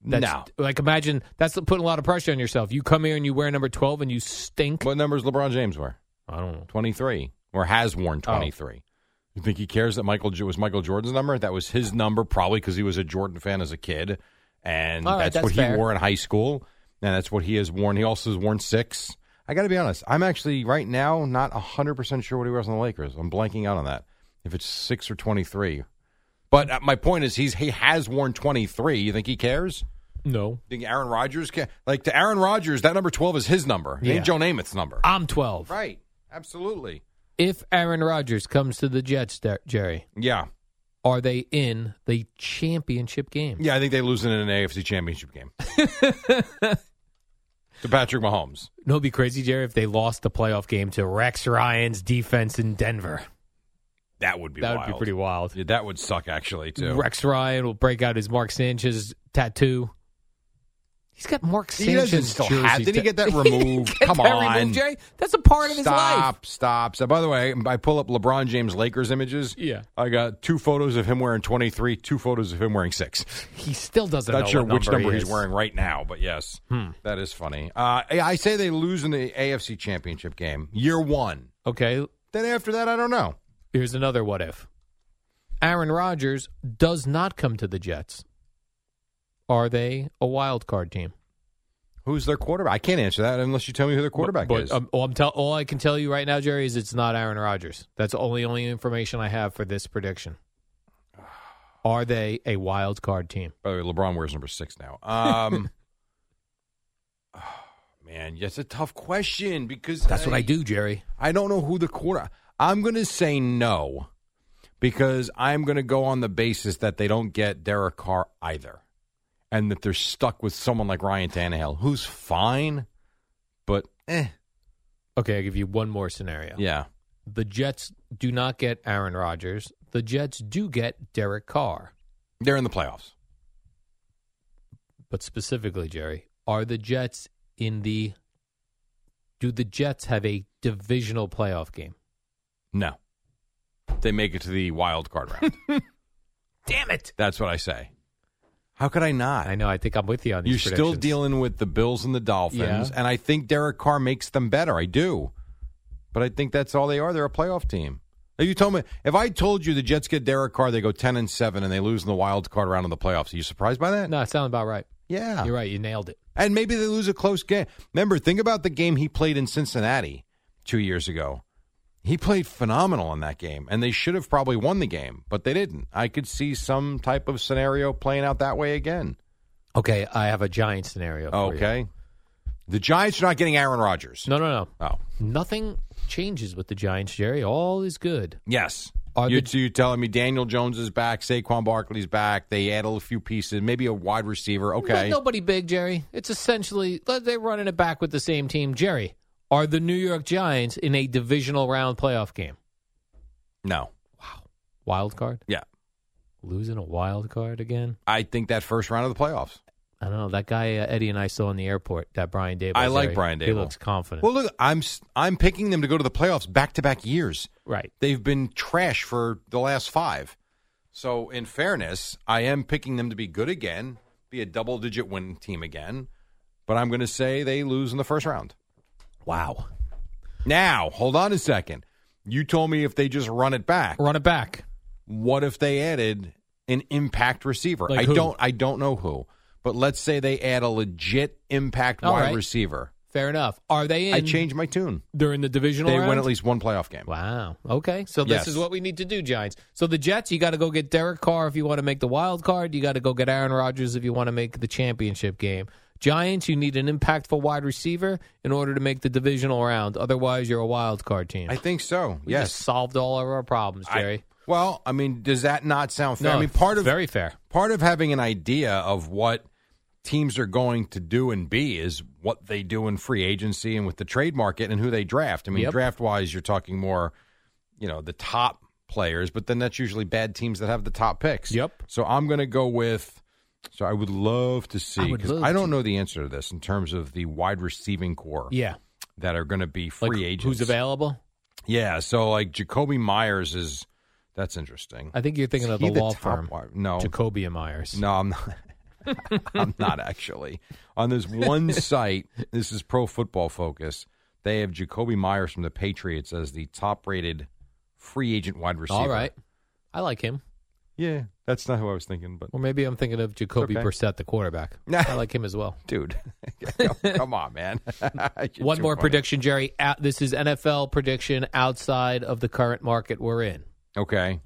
Speaker 2: that's
Speaker 3: no.
Speaker 2: like imagine that's putting a lot of pressure on yourself. You come here and you wear number 12 and you stink.
Speaker 3: What numbers LeBron James wear?
Speaker 2: I don't know.
Speaker 3: Twenty three, or has worn
Speaker 2: Oh.
Speaker 3: twenty three. You think he cares that Michael Jo- was Michael Jordan's number? That was his number, probably because he was a Jordan fan as a kid, and
Speaker 2: All right,
Speaker 3: that's,
Speaker 2: that's
Speaker 3: what
Speaker 2: fair.
Speaker 3: he wore in high school, and that's what he has worn. He also has worn six. I got to be honest. I'm actually right now not hundred percent sure what he wears on the Lakers. I'm blanking out on that. If it's six or twenty three, but uh, my point is he's he has worn twenty three. You think he cares?
Speaker 2: No.
Speaker 3: Think Aaron Rodgers can like to Aaron Rodgers that number twelve is his number. It
Speaker 2: Yeah.
Speaker 3: ain't Joe Namath's number.
Speaker 2: I'm 12.
Speaker 3: right. Absolutely.
Speaker 2: If Aaron Rodgers comes to the Jets, Dar- Jerry,
Speaker 3: Yeah.
Speaker 2: are they in the championship game?
Speaker 3: Yeah, I think they lose in an AFC championship game. to Patrick Mahomes.
Speaker 2: No, it'd be crazy, Jerry, if they lost the playoff game to Rex Ryan's defense in Denver.
Speaker 3: That would be
Speaker 2: that
Speaker 3: wild.
Speaker 2: would be pretty wild.
Speaker 3: Yeah, that would suck actually too.
Speaker 2: Rex Ryan will break out his Mark Sanchez tattoo. He's got Mark
Speaker 3: He doesn't
Speaker 2: Sanchez
Speaker 3: still
Speaker 2: jersey
Speaker 3: have- did
Speaker 2: ta-
Speaker 3: he get that
Speaker 2: didn't
Speaker 3: removed?
Speaker 2: get
Speaker 3: Come
Speaker 2: that
Speaker 3: on.
Speaker 2: removed, Jerry. That's a part of his life.
Speaker 3: Stop, stop. So by the way, I pull up LeBron James Lakers images.
Speaker 2: Yeah.
Speaker 3: I got two photos of him wearing 23, two photos of him wearing 6.
Speaker 2: He still doesn't know
Speaker 3: Not sure
Speaker 2: what
Speaker 3: which number
Speaker 2: he
Speaker 3: he's
Speaker 2: is. Hmm.
Speaker 3: wearing right now, but yes, that is funny. Uh, I I say they lose in the AFC Championship game, year one.
Speaker 2: Okay,
Speaker 3: Then after that, I don't know.
Speaker 2: here's another what if. Aaron Rodgers does not come to the Jets. Are they a wild card team?
Speaker 3: Who's their quarterback? I can't answer that unless you tell me who their quarterback
Speaker 2: but,
Speaker 3: is.
Speaker 2: Um, all, I'm tell- all I can tell you right now, Jerry, is it's not Aaron Rodgers. That's the only only information I have for this prediction. Are they a wild card team?
Speaker 3: By the way, LeBron wears number six now. Um, oh, man, that's a tough question because
Speaker 2: That's what I do, Jerry.
Speaker 3: I don't know who the quarter. I'm going to say no because I'm going to go on the basis that they don't get Derek Carr either, and that they're stuck with someone like Ryan Tannehill, who's fine, but eh,
Speaker 2: Okay, I'll give you one more scenario.
Speaker 3: yeah,
Speaker 2: The Jets do not get Aaron Rodgers. The Jets do get Derek Carr.
Speaker 3: they're in the playoffs.
Speaker 2: But specifically, Jerry, are the Jets in the do the Jets have a divisional playoff game?
Speaker 3: No, they make it to the wild card round.
Speaker 2: Damn it.
Speaker 3: That's what I say. How could I not?
Speaker 2: I know, I think I'm with you on these
Speaker 3: You're still
Speaker 2: predictions.
Speaker 3: dealing with the Bills and the
Speaker 2: Yeah.
Speaker 3: Dolphins, and I think Derek Carr makes them better. I do, but I think that's all they are. They're a playoff team. Now, You told me if I told you the Jets get Derek Carr, they go ten and seven, and they lose in the wild card round of the playoffs. Are you surprised by that?
Speaker 2: No, it sounded about right.
Speaker 3: Yeah,
Speaker 2: You're right, you nailed it.
Speaker 3: and maybe they lose a close game. Remember, think about the game he played in Cincinnati two years ago. He played phenomenal in that game, and they should have probably won the game, but they didn't. I could see some type of scenario playing out that way again.
Speaker 2: Okay, I have a giant scenario. for you.
Speaker 3: Okay. The Giants are not getting Aaron Rodgers.
Speaker 2: No, no, no.
Speaker 3: Oh.
Speaker 2: Nothing changes with the Giants, Jerry. All is good.
Speaker 3: Yes.
Speaker 2: Are
Speaker 3: you,
Speaker 2: the-
Speaker 3: so you're telling me Daniel Jones is back, Saquon Barkley's back, they add a few pieces, maybe a wide receiver.
Speaker 2: But
Speaker 3: Okay.
Speaker 2: nobody big, Jerry. It's essentially they're running it back with the same team. Jerry, are the New York Giants in a divisional round playoff game?
Speaker 3: No.
Speaker 2: Wild card?
Speaker 3: Yeah.
Speaker 2: Losing a wild card again?
Speaker 3: I think that first round of the playoffs.
Speaker 2: I don't know. That guy uh, Eddie and I saw in the airport. That Brian Dable.
Speaker 3: I like
Speaker 2: Jerry.
Speaker 3: Brian
Speaker 2: He
Speaker 3: Dable.
Speaker 2: looks confident.
Speaker 3: Well, look, I'm s- I'm picking them to go to the playoffs back to back years.
Speaker 2: right.
Speaker 3: They've been trash for the last 5. So, in fairness, I am picking them to be good again, be a double digit win team again, but I'm going to say they lose in the first round.
Speaker 2: Wow.
Speaker 3: Now, hold on a second. You told me if they just run it back,
Speaker 2: Run it back.
Speaker 3: what if they added an impact receiver?
Speaker 2: Like
Speaker 3: I
Speaker 2: who?
Speaker 3: don't I don't know who, but let's say they add a legit impact
Speaker 2: All
Speaker 3: wide
Speaker 2: right.
Speaker 3: receiver.
Speaker 2: Fair enough. Are they in?
Speaker 3: I changed my tune.
Speaker 2: They're in the divisional.
Speaker 3: They
Speaker 2: round?
Speaker 3: win at least one playoff game.
Speaker 2: Wow. Okay. So this
Speaker 3: Yes.
Speaker 2: is what we need to do, Giants. So the Jets, you got to go get Derek Carr if you want to make the wild card. You got to go get Aaron Rodgers if you want to make the championship game. Giants, you need an impactful wide receiver in order to make the divisional round. Otherwise, you're a wild card team.
Speaker 3: I think so.
Speaker 2: We
Speaker 3: yes.
Speaker 2: just solved all of our problems,
Speaker 3: I-
Speaker 2: Jerry.
Speaker 3: well, I mean, does that not sound fair?
Speaker 2: No,
Speaker 3: I mean, part of
Speaker 2: very fair.
Speaker 3: part of having an idea of what teams are going to do and be is what they do in free agency and with the trade market and who they draft. I mean,
Speaker 2: Yep.
Speaker 3: draft wise, you're talking more, you know, the top players, but then that's usually bad teams that have the top picks.
Speaker 2: Yep.
Speaker 3: So I'm going to go with. So I would love to see
Speaker 2: would
Speaker 3: because
Speaker 2: love
Speaker 3: I, don't
Speaker 2: to.
Speaker 3: know the answer to this in terms of the wide receiving core
Speaker 2: Yeah,
Speaker 3: that are going to be free
Speaker 2: like
Speaker 3: agents.
Speaker 2: who's available?
Speaker 3: Yeah, so like Jacoby Myers is that's interesting.
Speaker 2: I think you're thinking
Speaker 3: Is
Speaker 2: of
Speaker 3: he
Speaker 2: the law
Speaker 3: top
Speaker 2: firm.
Speaker 3: wi- No,
Speaker 2: Jacoby and Myers.
Speaker 3: no, I'm not. I'm not actually on this one site. This is Pro Football Focus. They have Jacoby Myers from the Patriots as the top-rated free agent wide receiver.
Speaker 2: all right, I like him.
Speaker 3: Yeah, that's not who I was thinking, but
Speaker 2: Or maybe I'm thinking of Jacoby
Speaker 3: okay.
Speaker 2: Brissett, the quarterback.
Speaker 3: Nah.
Speaker 2: I like him as well.
Speaker 3: dude, come, come on, man. You're
Speaker 2: One
Speaker 3: too
Speaker 2: more
Speaker 3: funny.
Speaker 2: prediction, Jerry. Out, this is NFL prediction outside of the current market we're in.
Speaker 3: Okay,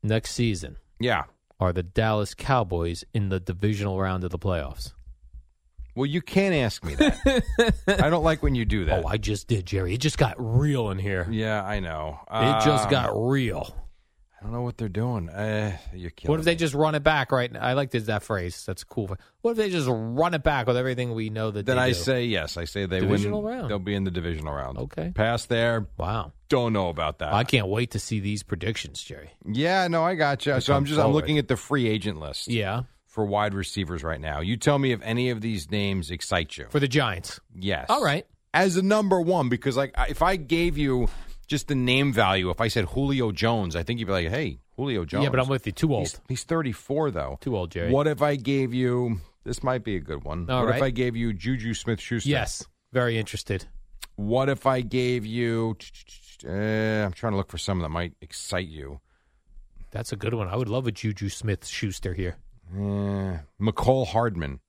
Speaker 2: Next season
Speaker 3: yeah.
Speaker 2: are the Dallas Cowboys in the divisional round of the playoffs.
Speaker 3: Well, you can't ask me that. I don't like when you do that.
Speaker 2: Oh, I just did, Jerry. It just got real in here.
Speaker 3: yeah, I know.
Speaker 2: It just
Speaker 3: Um,
Speaker 2: got real.
Speaker 3: I don't know what they're doing. Uh, you're killing
Speaker 2: What if they
Speaker 3: me.
Speaker 2: just run it back right now? I like this, that phrase. That's cool. What if they just run it back with everything we know that
Speaker 3: Then
Speaker 2: they
Speaker 3: I
Speaker 2: do?
Speaker 3: say yes. I say they
Speaker 2: Divisional
Speaker 3: win.
Speaker 2: round.
Speaker 3: They'll be in the divisional round.
Speaker 2: Okay.
Speaker 3: Pass there.
Speaker 2: Wow.
Speaker 3: Don't know about that.
Speaker 2: I can't wait to see these predictions, Jerry.
Speaker 3: yeah, no, I got you. So I'm
Speaker 2: come
Speaker 3: just I'm
Speaker 2: forward.
Speaker 3: looking at the free agent list
Speaker 2: Yeah.
Speaker 3: for wide receivers right now. You tell me if any of these names excite you.
Speaker 2: For the Giants.
Speaker 3: yes.
Speaker 2: All right.
Speaker 3: As a number one, because like I- if I gave you just the name value, if I said Julio Jones, I think you'd be like, hey, Julio Jones.
Speaker 2: Yeah, but I'm with you. Too old.
Speaker 3: He's, he's 34 though.
Speaker 2: Too old, Jerry.
Speaker 3: What if I gave you? This might be a good one.
Speaker 2: All
Speaker 3: what if
Speaker 2: right.
Speaker 3: I gave you Juju Smith Schuster?
Speaker 2: yes. Very interested.
Speaker 3: What if I gave you? Uh, I'm trying to look for some that might excite you.
Speaker 2: That's a good one. I would love a Juju Smith Schuster here.
Speaker 3: Uh, McCole Hardman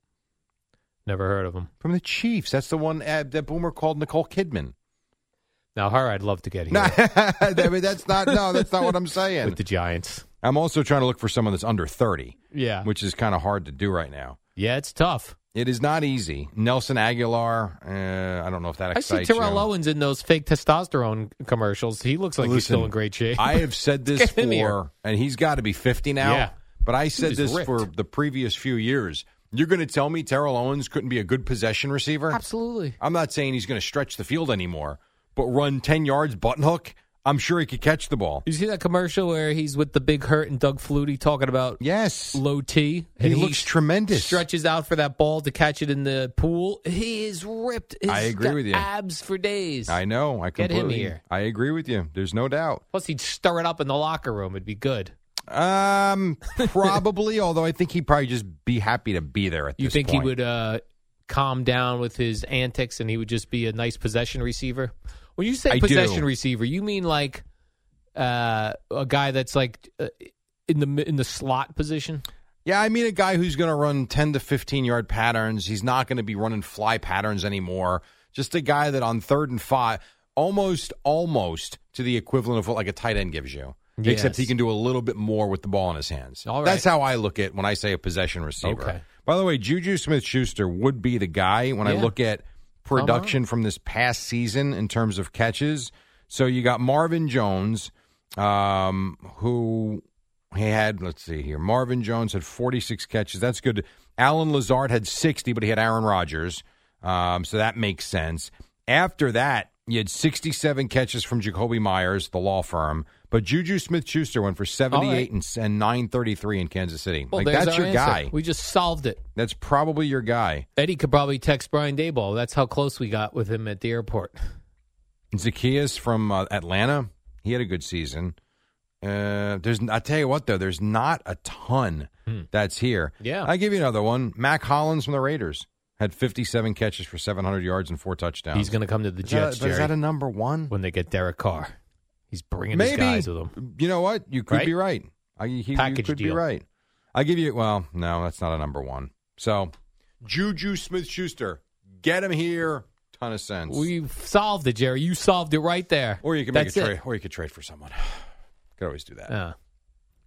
Speaker 2: Never heard of him.
Speaker 3: from the Chiefs. That's the one uh, that Boomer called Nicole Kidman.
Speaker 2: Now, her I'd love to get here
Speaker 3: No, I mean, that's not. No, that's not what I'm saying.
Speaker 2: with the Giants.
Speaker 3: I'm also trying to look for someone that's under 30,
Speaker 2: Yeah.
Speaker 3: which is kind of hard to do right now.
Speaker 2: yeah, it's tough.
Speaker 3: It is not easy. Nelson Aguilar. Uh, I don't know if that
Speaker 2: I see
Speaker 3: excites
Speaker 2: Terrell
Speaker 3: you.
Speaker 2: Owens in those fake testosterone commercials. He looks like he's
Speaker 3: Listen,
Speaker 2: still in great shape.
Speaker 3: I have said this
Speaker 2: Get him
Speaker 3: for,
Speaker 2: here.
Speaker 3: and he's got to be 50 now.
Speaker 2: Yeah.
Speaker 3: But I said
Speaker 2: is
Speaker 3: this
Speaker 2: ripped.
Speaker 3: for the previous few years. You're going to tell me Terrell Owens couldn't be a good possession receiver?
Speaker 2: Absolutely.
Speaker 3: I'm not saying he's going to stretch the field anymore, but run 10 yards button hook, I'm sure he could catch the ball.
Speaker 2: You see that commercial where he's with the big hurt and Doug Flutie talking about
Speaker 3: Yes.
Speaker 2: low T?
Speaker 3: He looks tremendous.
Speaker 2: Stretches out for that ball to catch it in the pool. He is ripped. He's
Speaker 3: I agree
Speaker 2: got
Speaker 3: with you.
Speaker 2: Abs for days.
Speaker 3: I know. I
Speaker 2: Get him
Speaker 3: completely.
Speaker 2: here.
Speaker 3: I agree with you. There's no doubt.
Speaker 2: Plus, he'd stir it up in the locker room. It'd be good.
Speaker 3: Um, probably. although I think he'd probably just be happy to be there at
Speaker 2: You
Speaker 3: this
Speaker 2: think
Speaker 3: point.
Speaker 2: he would uh, calm down with his antics and he would just be a nice possession receiver? When you say
Speaker 3: I do.
Speaker 2: possession receiver, you mean like uh, a guy that's like uh, in the mi- in the slot position?
Speaker 3: Yeah, I mean a guy who's going to run 10 to 15 yard patterns. He's not going to be running fly patterns anymore. Just a guy that on third and five, almost, almost to the equivalent of what like a tight end gives you. Except
Speaker 2: Yes.
Speaker 3: he can do a little bit more with the ball in his hands.
Speaker 2: All right.
Speaker 3: That's how I look at when I say a possession receiver.
Speaker 2: Okay.
Speaker 3: By the way, Juju Smith Schuster would be the guy when I
Speaker 2: Yeah.
Speaker 3: look at production from this past season in terms of catches. So you got Marvin Jones, um, who he had, let's see here. Marvin Jones had 46 catches. That's good. Alan Lazard had 60, but he had Aaron Rodgers. Um, so that makes sense. After that, you had 67 catches from Jacoby Myers, the law firm. But Juju Smith Schuster went for 78
Speaker 2: right.
Speaker 3: and, and 933 in Kansas City.
Speaker 2: Well,
Speaker 3: like,
Speaker 2: there's
Speaker 3: that's
Speaker 2: our
Speaker 3: your
Speaker 2: answer.
Speaker 3: guy.
Speaker 2: We just solved it.
Speaker 3: That's probably your guy.
Speaker 2: Eddie could probably text Brian Dayball. That's how close we got with him at the airport.
Speaker 3: Zacchaeus from uh, Atlanta. He had a good season. Uh, there's, I tell you what though, there's not a ton that's here.
Speaker 2: Hmm. Yeah.
Speaker 3: I give you another one. Mac Hollins from the Raiders had 57 catches for 700 yards and four touchdowns.
Speaker 2: He's going to come to the
Speaker 3: Is that-
Speaker 2: Jets,
Speaker 3: but is
Speaker 2: Jerry,
Speaker 3: that a number one?
Speaker 2: when they get Derek Carr. He's bringing
Speaker 3: Maybe.
Speaker 2: his guys with him.
Speaker 3: You know what? You could
Speaker 2: Right?
Speaker 3: be right. I, he, you
Speaker 2: Package
Speaker 3: could be
Speaker 2: deal.
Speaker 3: right. I give you. Well, no, that's not a number one. So, Juju Smith-Schuster, get him here. Ton of sense.
Speaker 2: We solved it, Jerry. You solved it right there.
Speaker 3: or you could make
Speaker 2: That's
Speaker 3: a
Speaker 2: it.
Speaker 3: trade. Or you could trade for someone. Could always do that.
Speaker 2: Uh,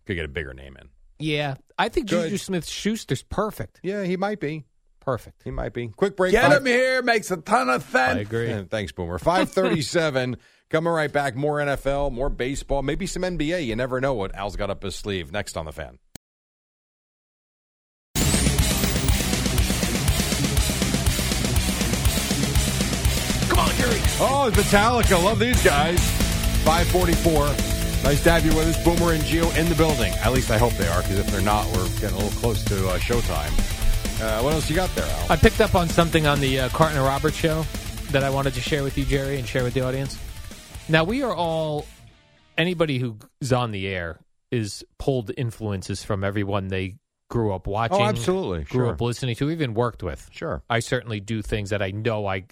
Speaker 3: could get a bigger name in.
Speaker 2: Yeah, I think
Speaker 3: Good.
Speaker 2: Juju Smith Schuster's perfect.
Speaker 3: Yeah, he might be.
Speaker 2: Perfect.
Speaker 3: He might be. Quick break.
Speaker 8: Get
Speaker 3: Five-
Speaker 8: him here. Makes a ton of
Speaker 2: I
Speaker 8: sense.
Speaker 2: agree.
Speaker 3: Yeah, thanks, Boomer. 537. Coming right back. More NFL, more baseball, maybe some NBA. You never know what Al's got up his sleeve. Next on the fan. Come on, Jerry. Oh, it's Metallica. Love these guys. 544. Nice to have you with us. Boomer and Geo in the building. At least I hope they are, because if they're not, we're getting a little close to uh, showtime. Uh, what else you got there, Al?
Speaker 2: I picked up on something on the uh, Carton and Roberts show that I wanted to share with you, Jerry, and share with the audience. Now we are all anybody who's on the air is pulled influences from everyone they grew up watching,
Speaker 3: oh, absolutely.
Speaker 2: grew
Speaker 3: Sure.
Speaker 2: up listening to, even worked with.
Speaker 3: Sure.
Speaker 2: I certainly do things that I know I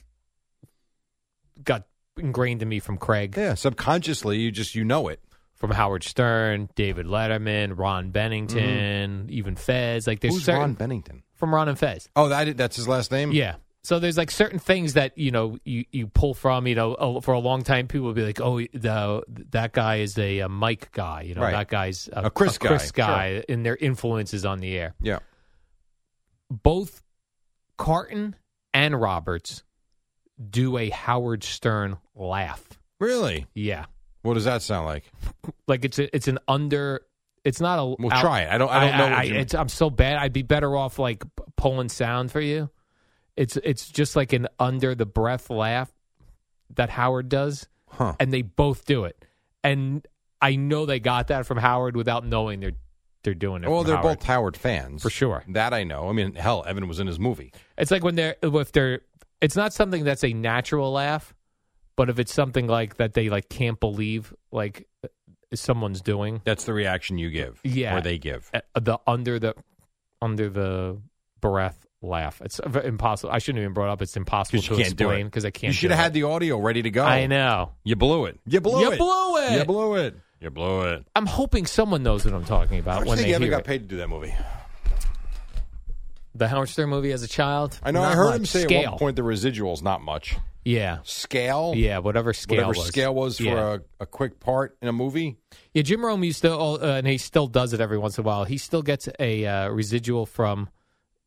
Speaker 2: got ingrained in me from Craig,
Speaker 3: Yeah, subconsciously, you just you know it.
Speaker 2: from Howard Stern, David Letterman, Ron Bennington, even Fez. Like there's
Speaker 3: Who's
Speaker 2: certain
Speaker 3: Ron Bennington?
Speaker 2: from Ron and Fez.
Speaker 3: Oh, that that's his last name.
Speaker 2: Yeah. So there's like certain things that you know you, you pull from you know a- for a long time people will be like oh the, that guy is a, uh Mike guy you know
Speaker 3: Right.
Speaker 2: that guy's a,
Speaker 3: A Chris guy,
Speaker 2: guy and their influences on the air
Speaker 3: yeah.
Speaker 2: both Carton and Roberts do a Howard Stern laugh
Speaker 3: Really?
Speaker 2: yeah
Speaker 3: What does that sound like?
Speaker 2: like it's a, it's an under it's not a
Speaker 3: We'll try it. I don't. I don't know. what you mean.
Speaker 2: it's, I'm so bad. I'd be better off like p- pulling sound for you. It's it's just like an under the breath laugh that Howard does,
Speaker 3: Huh.
Speaker 2: and they both do it. And I know they got that from Howard without knowing they're they're doing it.
Speaker 3: well,
Speaker 2: from
Speaker 3: they're
Speaker 2: Howard.
Speaker 3: both Howard fans
Speaker 2: For sure.
Speaker 3: That I know. I mean, hell, Evan was in his movie.
Speaker 2: It's like when they're if they're. It's not something that's a natural laugh, but if it's something like that they like can't believe like someone's doing
Speaker 3: That's the reaction you give.
Speaker 2: Yeah.
Speaker 3: Or they give.
Speaker 2: uh, the under the under the breath laugh. It's v- impossible. I shouldn't even brought it up. It's impossible
Speaker 3: 'Cause you
Speaker 2: to
Speaker 3: can't do
Speaker 2: explain
Speaker 3: it.
Speaker 2: because I can't.
Speaker 3: You should
Speaker 2: do
Speaker 3: have
Speaker 2: it.
Speaker 3: had the audio ready to go.
Speaker 2: I know.
Speaker 3: You blew it. You blew
Speaker 2: You
Speaker 3: it.
Speaker 2: blew it.
Speaker 3: You blew it. You blew it.
Speaker 2: I'm hoping someone knows what I'm talking about when
Speaker 3: think
Speaker 2: they
Speaker 3: Evan
Speaker 2: hear
Speaker 3: got
Speaker 2: it.
Speaker 3: paid to do that movie?
Speaker 2: the Howard Stern movie as a child.
Speaker 3: I know.
Speaker 2: Not
Speaker 3: I heard
Speaker 2: much.
Speaker 3: him say
Speaker 2: scale.
Speaker 3: at one point the residuals not much.
Speaker 2: Yeah,
Speaker 3: Scale.
Speaker 2: yeah, whatever scale
Speaker 3: Whatever
Speaker 2: was.
Speaker 3: scale was for
Speaker 2: yeah.
Speaker 3: a, a quick part in a movie.
Speaker 2: yeah. Jim Rome used to, uh, and he still does it every once in a while. He still gets a uh, residual from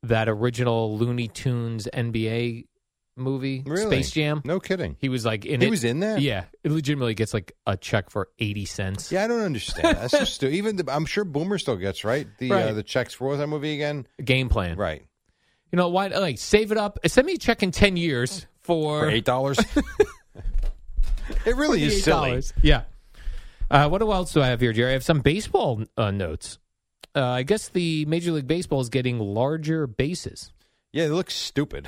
Speaker 2: that original Looney Tunes NBA movie,
Speaker 3: Really?
Speaker 2: Space Jam.
Speaker 3: No kidding.
Speaker 2: He was like in
Speaker 3: He
Speaker 2: it.
Speaker 3: was in that?
Speaker 2: Yeah, it legitimately gets like a check for eighty cents.
Speaker 3: Yeah, I don't understand. That's just stu- even the, I'm sure Boomer still gets right the
Speaker 2: Right.
Speaker 3: Uh, the checks for what was that movie again?
Speaker 2: game plan.
Speaker 3: Right
Speaker 2: You know why? Like save it up. Send me a check in ten years for,
Speaker 3: for eight dollars. it really is silly.
Speaker 2: $48. Yeah. Uh, what else do I have here, Jerry? I have some baseball uh, notes. Uh, I guess the Major League Baseball is getting larger bases.
Speaker 3: Yeah, they look stupid.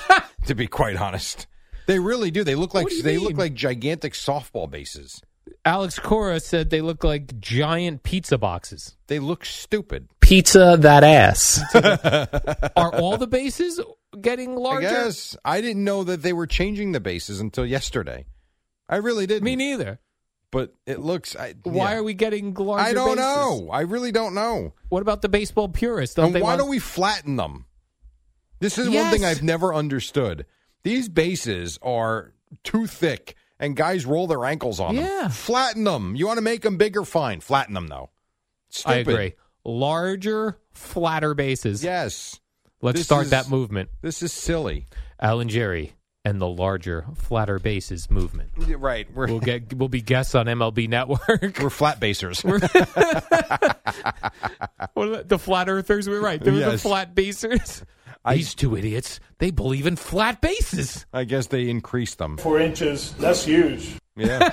Speaker 3: to be quite honest, they really do. They look like
Speaker 2: What do you
Speaker 3: they
Speaker 2: mean?
Speaker 3: look like gigantic softball bases.
Speaker 2: Alex Cora said they look like giant pizza boxes.
Speaker 3: They look stupid.
Speaker 2: Pizza that ass. Are all the bases getting larger?
Speaker 3: I guess I didn't know that they were changing the bases until yesterday. I really didn't.
Speaker 2: Me neither.
Speaker 3: But it looks. I,
Speaker 2: Why
Speaker 3: yeah.
Speaker 2: are we getting larger?
Speaker 3: I don't
Speaker 2: bases?
Speaker 3: know. I really don't know.
Speaker 2: What about the baseball purists?
Speaker 3: and
Speaker 2: they
Speaker 3: why
Speaker 2: want-
Speaker 3: don't we flatten them? This is one thing
Speaker 2: Yes.
Speaker 3: I've never understood. These bases are too thick, and guys roll their ankles on
Speaker 2: Yeah.
Speaker 3: them. Flatten them. You want to make them bigger? Fine. Flatten them, though.
Speaker 2: I
Speaker 3: Stupid.
Speaker 2: agree. Larger, flatter bases.
Speaker 3: Yes.
Speaker 2: Let's
Speaker 3: this
Speaker 2: start
Speaker 3: is-
Speaker 2: that movement.
Speaker 3: This is silly.
Speaker 2: Alan Jerry and the larger, flatter bases movement.
Speaker 3: Right. We're,
Speaker 2: We'll get we'll be guests on MLB Network.
Speaker 3: we're flat basers.
Speaker 2: What are the- the flat earthers were right. They were the
Speaker 3: Yes.
Speaker 2: flat basers. These two idiots, they believe in flat bases.
Speaker 3: I guess they increased them.
Speaker 9: Four inches, that's huge.
Speaker 3: Yeah.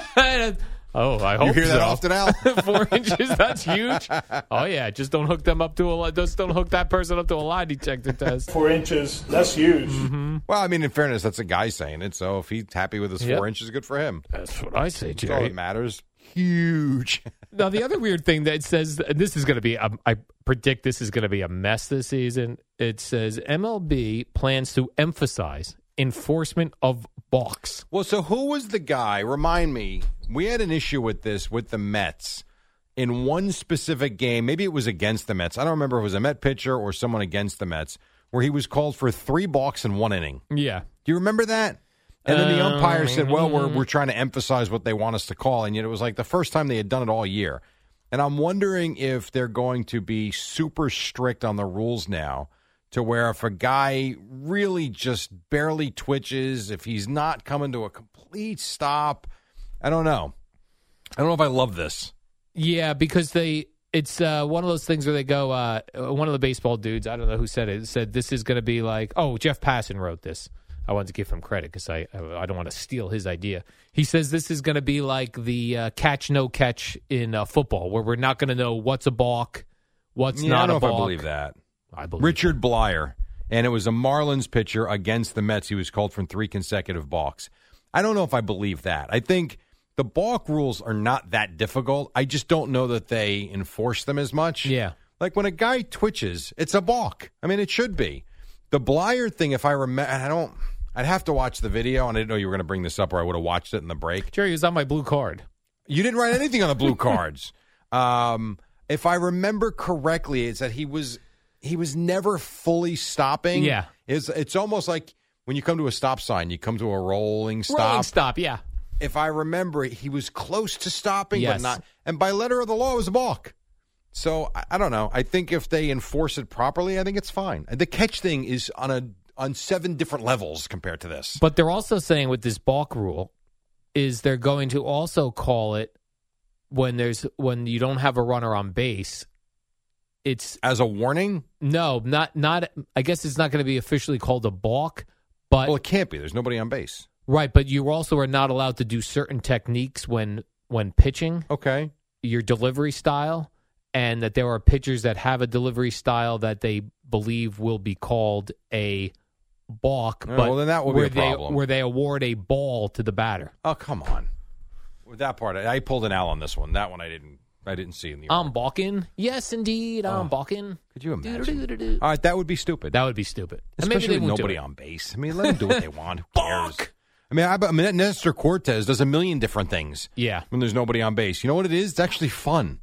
Speaker 2: oh, I hope
Speaker 3: you hear
Speaker 2: so.
Speaker 3: that often, Al?
Speaker 2: Four inches, that's huge. Oh yeah, just don't hook them up to a li- just don't hook that person up to a lie detector test.
Speaker 9: Four inches, that's huge.
Speaker 3: well, I mean, in fairness, that's a guy saying it. So if he's happy with his
Speaker 2: Yep.
Speaker 3: four inches, good for him.
Speaker 2: That's what I say,
Speaker 3: That's all
Speaker 2: Jerry.
Speaker 3: that matters. Huge.
Speaker 2: Now, the other weird thing that it says, and this is going to be, um, I predict this is going to be a mess this season. It says MLB plans to emphasize enforcement of balks.
Speaker 3: Well, so who was the guy? Remind me. We had an issue with this with the Mets in one specific game. Maybe it was against the Mets. I don't remember if it was a Met pitcher or someone against the Mets where he was called for three balks in one inning.
Speaker 2: Yeah.
Speaker 3: Do you remember that? And then the
Speaker 2: Um,
Speaker 3: umpire said, "Well, we're we're trying to emphasize what they want us to call," and yet it was like the first time they had done it all year. And I'm wondering if they're going to be super strict on the rules now to where if a guy really just barely twitches, if he's not coming to a complete stop, I don't know. I don't know if I love this.
Speaker 2: Yeah, because they it's uh, one of those things where they go. Uh, one of the baseball dudes, I don't know who said it, said this is going to be like, oh, Jeff Passan wrote this. I wanted to give him credit because I I don't want to steal his idea. He says this is going to be like the uh, catch no catch in uh, football, where we're not going to know what's a balk, what's
Speaker 3: Yeah, I
Speaker 2: not
Speaker 3: don't
Speaker 2: a
Speaker 3: know
Speaker 2: balk.
Speaker 3: if I believe that.
Speaker 2: I believe
Speaker 3: Richard Blyer, and it was a Marlins pitcher against the Mets. He was called from three consecutive balks. I don't know if I believe that. I think the balk rules are not that difficult. I just don't know that they enforce them as much.
Speaker 2: Yeah.
Speaker 3: Like when a guy twitches, it's a balk. I mean, it should be. The Blyer thing, if I remember, I don't. I'd have to watch the video, and I didn't know you were going to bring this up, or I would have watched it in the break.
Speaker 2: Jerry was on my blue card.
Speaker 3: You didn't write anything on the blue cards. Um, if I remember correctly, it's that he was he was never fully stopping.
Speaker 2: Yeah.
Speaker 3: it's it's almost like when you come to a stop sign, you come to a rolling stop.
Speaker 2: Rolling stop. Yeah,
Speaker 3: If I remember, he was close to stopping,
Speaker 2: Yes.
Speaker 3: but not. And by letter of the law, it was a balk. So I, I don't know. I think if they enforce it properly, I think it's fine. The catch thing is on a on seven different levels compared to this.
Speaker 2: But they're also saying with this balk rule is they're going to also call it when there's when you don't have a runner on base. It's
Speaker 3: As a warning,
Speaker 2: no, not not. I guess it's not going to be officially called a balk, but
Speaker 3: well, it can't be. There's nobody on base.
Speaker 2: right. But you also are not allowed to do certain techniques when when pitching
Speaker 3: Okay.
Speaker 2: your delivery style, and that there are pitchers that have a delivery style that they believe will be called a balk.
Speaker 3: Yeah,
Speaker 2: but
Speaker 3: well, then that will be
Speaker 2: where
Speaker 3: a problem.
Speaker 2: They, where they award a ball to the batter.
Speaker 3: Oh come on! With that part, I, I pulled an Al on this one. That one I didn't. I didn't see in the.
Speaker 2: I'm
Speaker 3: order.
Speaker 2: balking. Yes, indeed, I'm balking.
Speaker 3: Could you imagine?
Speaker 2: Do-do-do-do-do.
Speaker 3: All right, Oh. that would be stupid.
Speaker 2: That would be stupid. And maybe they
Speaker 3: Especially with
Speaker 2: won't do
Speaker 3: nobody
Speaker 2: it.
Speaker 3: on base. I mean, let them do what they want. Who cares?
Speaker 2: Balk!
Speaker 3: I mean, I, I mean, Nestor Cortez does a million different things
Speaker 2: Yeah.
Speaker 3: when there's nobody on base. You know what it is? It's actually fun.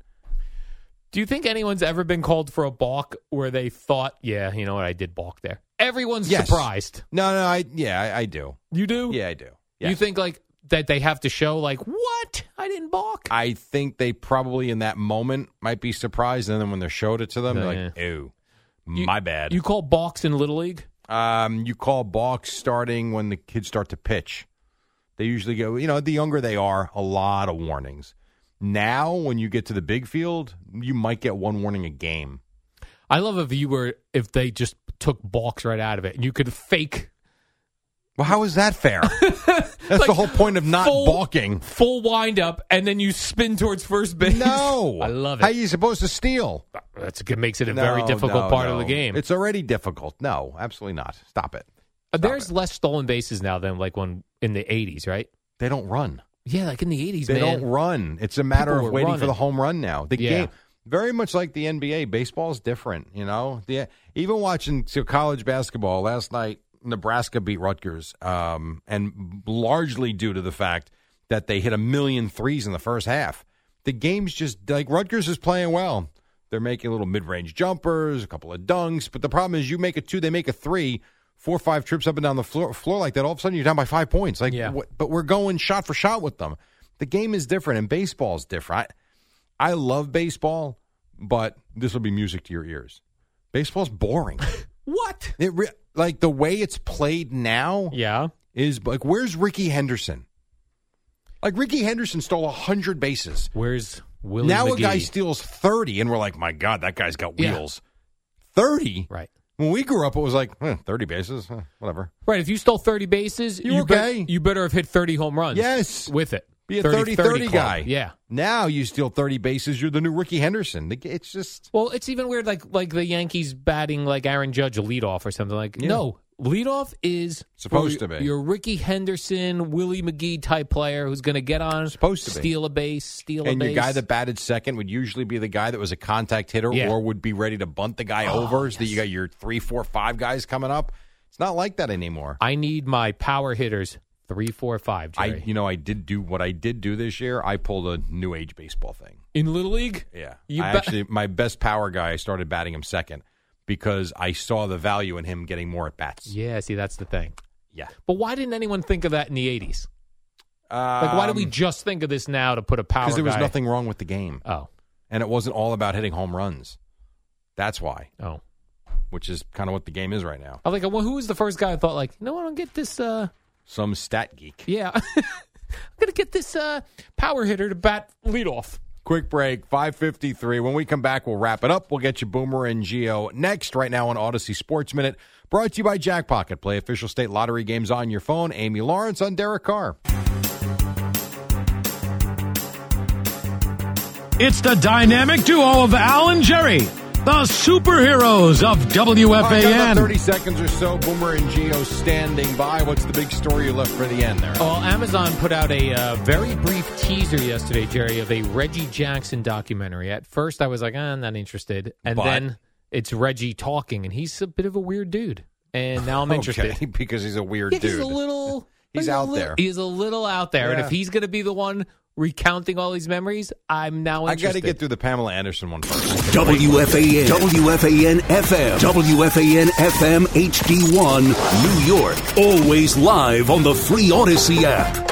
Speaker 2: Do you think anyone's ever been called for a balk where they thought, yeah, you know what, I did balk there? Everyone's
Speaker 3: Yes.
Speaker 2: surprised.
Speaker 3: No, no, I yeah, I, I do.
Speaker 2: You do?
Speaker 3: Yeah, I do.
Speaker 2: You
Speaker 3: Yes.
Speaker 2: think like that they have to show like what? I didn't balk.
Speaker 3: I think they probably in that moment might be surprised, and then when they showed it to them, they're like, "Ew,
Speaker 2: Oh, You-
Speaker 3: my bad."
Speaker 2: You call balks in little league?
Speaker 3: Um, you call balks starting when the kids start to pitch. They usually go, you know, the younger they are, a lot of warnings. Now, when you get to the big field, you might get one warning a game.
Speaker 2: I love if you were if they just took balks right out of it and you could fake
Speaker 3: Well, how is that fair? That's the
Speaker 2: Like,
Speaker 3: whole point of not
Speaker 2: full-
Speaker 3: balking.
Speaker 2: full wind up and then you spin towards first base.
Speaker 3: No,
Speaker 2: I love
Speaker 3: How
Speaker 2: it.
Speaker 3: you supposed to steal?
Speaker 2: That's it makes it a very
Speaker 3: No,
Speaker 2: difficult
Speaker 3: no,
Speaker 2: part
Speaker 3: no.
Speaker 2: of the game.
Speaker 3: It's already difficult. No, absolutely not. Stop it.
Speaker 2: Uh, There's less stolen bases now than like when in the '80s, right?
Speaker 3: They don't run.
Speaker 2: Yeah, like in the '80s,
Speaker 3: They
Speaker 2: man.
Speaker 3: don't run. It's a matter
Speaker 2: People
Speaker 3: of
Speaker 2: were
Speaker 3: waiting for
Speaker 2: running.
Speaker 3: the home run now. The
Speaker 2: Yeah.
Speaker 3: game very much like the NBA, baseball's different, you know. The even watching so college basketball last night, Nebraska beat Rutgers um, and largely due to the fact that they hit a million threes in the first half. The game's just like Rutgers is playing well. They're making little mid-range jumpers, a couple of dunks, but the problem is you make a two, they make a three, four or five trips up and down the floor, floor like that. All of a sudden, you're down by five points. Like,
Speaker 2: Yeah.
Speaker 3: what, but we're going shot for shot with them. The game is different, and baseball's different. I, I love baseball, but this will be music to your ears. Baseball's boring.
Speaker 2: What?
Speaker 3: it re- like the way it's played now
Speaker 2: Yeah,
Speaker 3: is like, where's Ricky Henderson? Like Ricky Henderson stole hundred bases.
Speaker 2: where's Willie?
Speaker 3: now a
Speaker 2: McGee?
Speaker 3: guy steals thirty, and we're like, my God, that guy's got
Speaker 2: Yeah.
Speaker 3: wheels. Thirty.
Speaker 2: right,
Speaker 3: When we grew up, it was like eh, thirty bases, eh, whatever.
Speaker 2: right. If you stole 30 bases,
Speaker 3: You
Speaker 2: bet-
Speaker 3: okay?
Speaker 2: you better have hit 30 home runs.
Speaker 3: Yes.
Speaker 2: with it.
Speaker 3: Be a
Speaker 2: 30-30
Speaker 3: 30 30
Speaker 2: club.
Speaker 3: guy.
Speaker 2: Yeah.
Speaker 3: Now you steal 30 bases, you're the new Ricky Henderson. The- It's just
Speaker 2: Well, it's even weird, like like the Yankees batting like Aaron Judge a leadoff or something. Like
Speaker 3: Yeah.
Speaker 2: no, leadoff is
Speaker 3: Supposed
Speaker 2: for
Speaker 3: to be.
Speaker 2: your Ricky Henderson, Willie McGee type player who's going to get on,
Speaker 3: Supposed to be.
Speaker 2: steal a base, steal
Speaker 3: and
Speaker 2: a
Speaker 3: your
Speaker 2: base.
Speaker 3: guy that batted second would usually be the guy that was a contact hitter
Speaker 2: Yeah. Oh,
Speaker 3: or would be ready to bunt the guy over so that you got your three, four, five guys coming up. It's not like that anymore.
Speaker 2: I need my power hitters three, four, five.
Speaker 3: I,
Speaker 2: Jerry.
Speaker 3: you know, I did do what I did do this year. I pulled a new age baseball thing.
Speaker 2: in little league.
Speaker 3: Yeah.
Speaker 2: You
Speaker 3: I
Speaker 2: bet-
Speaker 3: actually my best power guy I started batting him second because I saw the value in him getting more at bats.
Speaker 2: Yeah, see, that's the thing.
Speaker 3: Yeah.
Speaker 2: But why didn't anyone think of that in the '80s?
Speaker 3: Um,
Speaker 2: Um, Like, why do we just think of this now to put a power?
Speaker 3: Because Um, there was
Speaker 2: guy-
Speaker 3: nothing wrong with the game.
Speaker 2: Oh,
Speaker 3: and it wasn't all about hitting home runs. That's why.
Speaker 2: Oh,
Speaker 3: which is kind of what the game is right now.
Speaker 2: I was like, well, who was the first guy I thought like, no, I don't get this. uh
Speaker 3: Some stat geek.
Speaker 2: Yeah, I'm gonna get this uh power hitter to bat leadoff.
Speaker 3: Quick break, 553. When we come back, we'll wrap it up. We'll get you Boomer and Geo next, right now on Odyssey Sports Minute, brought to you by Jackpocket. Play official state lottery games on your phone. Amy Lawrence on Derek Carr.
Speaker 7: It's the dynamic duo of Al and Jerry, the superheroes of
Speaker 3: About
Speaker 7: WFAN.
Speaker 3: 30 seconds or so. Boomer and Geo standing by. What's the big story you left for the end there?
Speaker 2: Well, Amazon put out a uh, very brief teaser yesterday, Jerry, of a Reggie Jackson documentary. At first, I was like, "Ah, I'm not interested, and
Speaker 3: But-
Speaker 2: then it's Reggie talking, and he's a bit of a weird dude. And now I'm interested.
Speaker 3: Okay, because he's a weird
Speaker 2: Yeah,
Speaker 3: dude.
Speaker 2: he's a little.
Speaker 3: He's
Speaker 2: a
Speaker 3: out
Speaker 2: little-
Speaker 3: there.
Speaker 2: He's a little out there, and
Speaker 3: Yeah.
Speaker 2: if he's going to be the one recounting all these memories, I'm now
Speaker 3: I got
Speaker 2: interested.
Speaker 3: to get through the Pamela Anderson one first.
Speaker 8: WFAN, WFAN FM, WFAN FM HD1, New York. Always live on the free Odyssey app.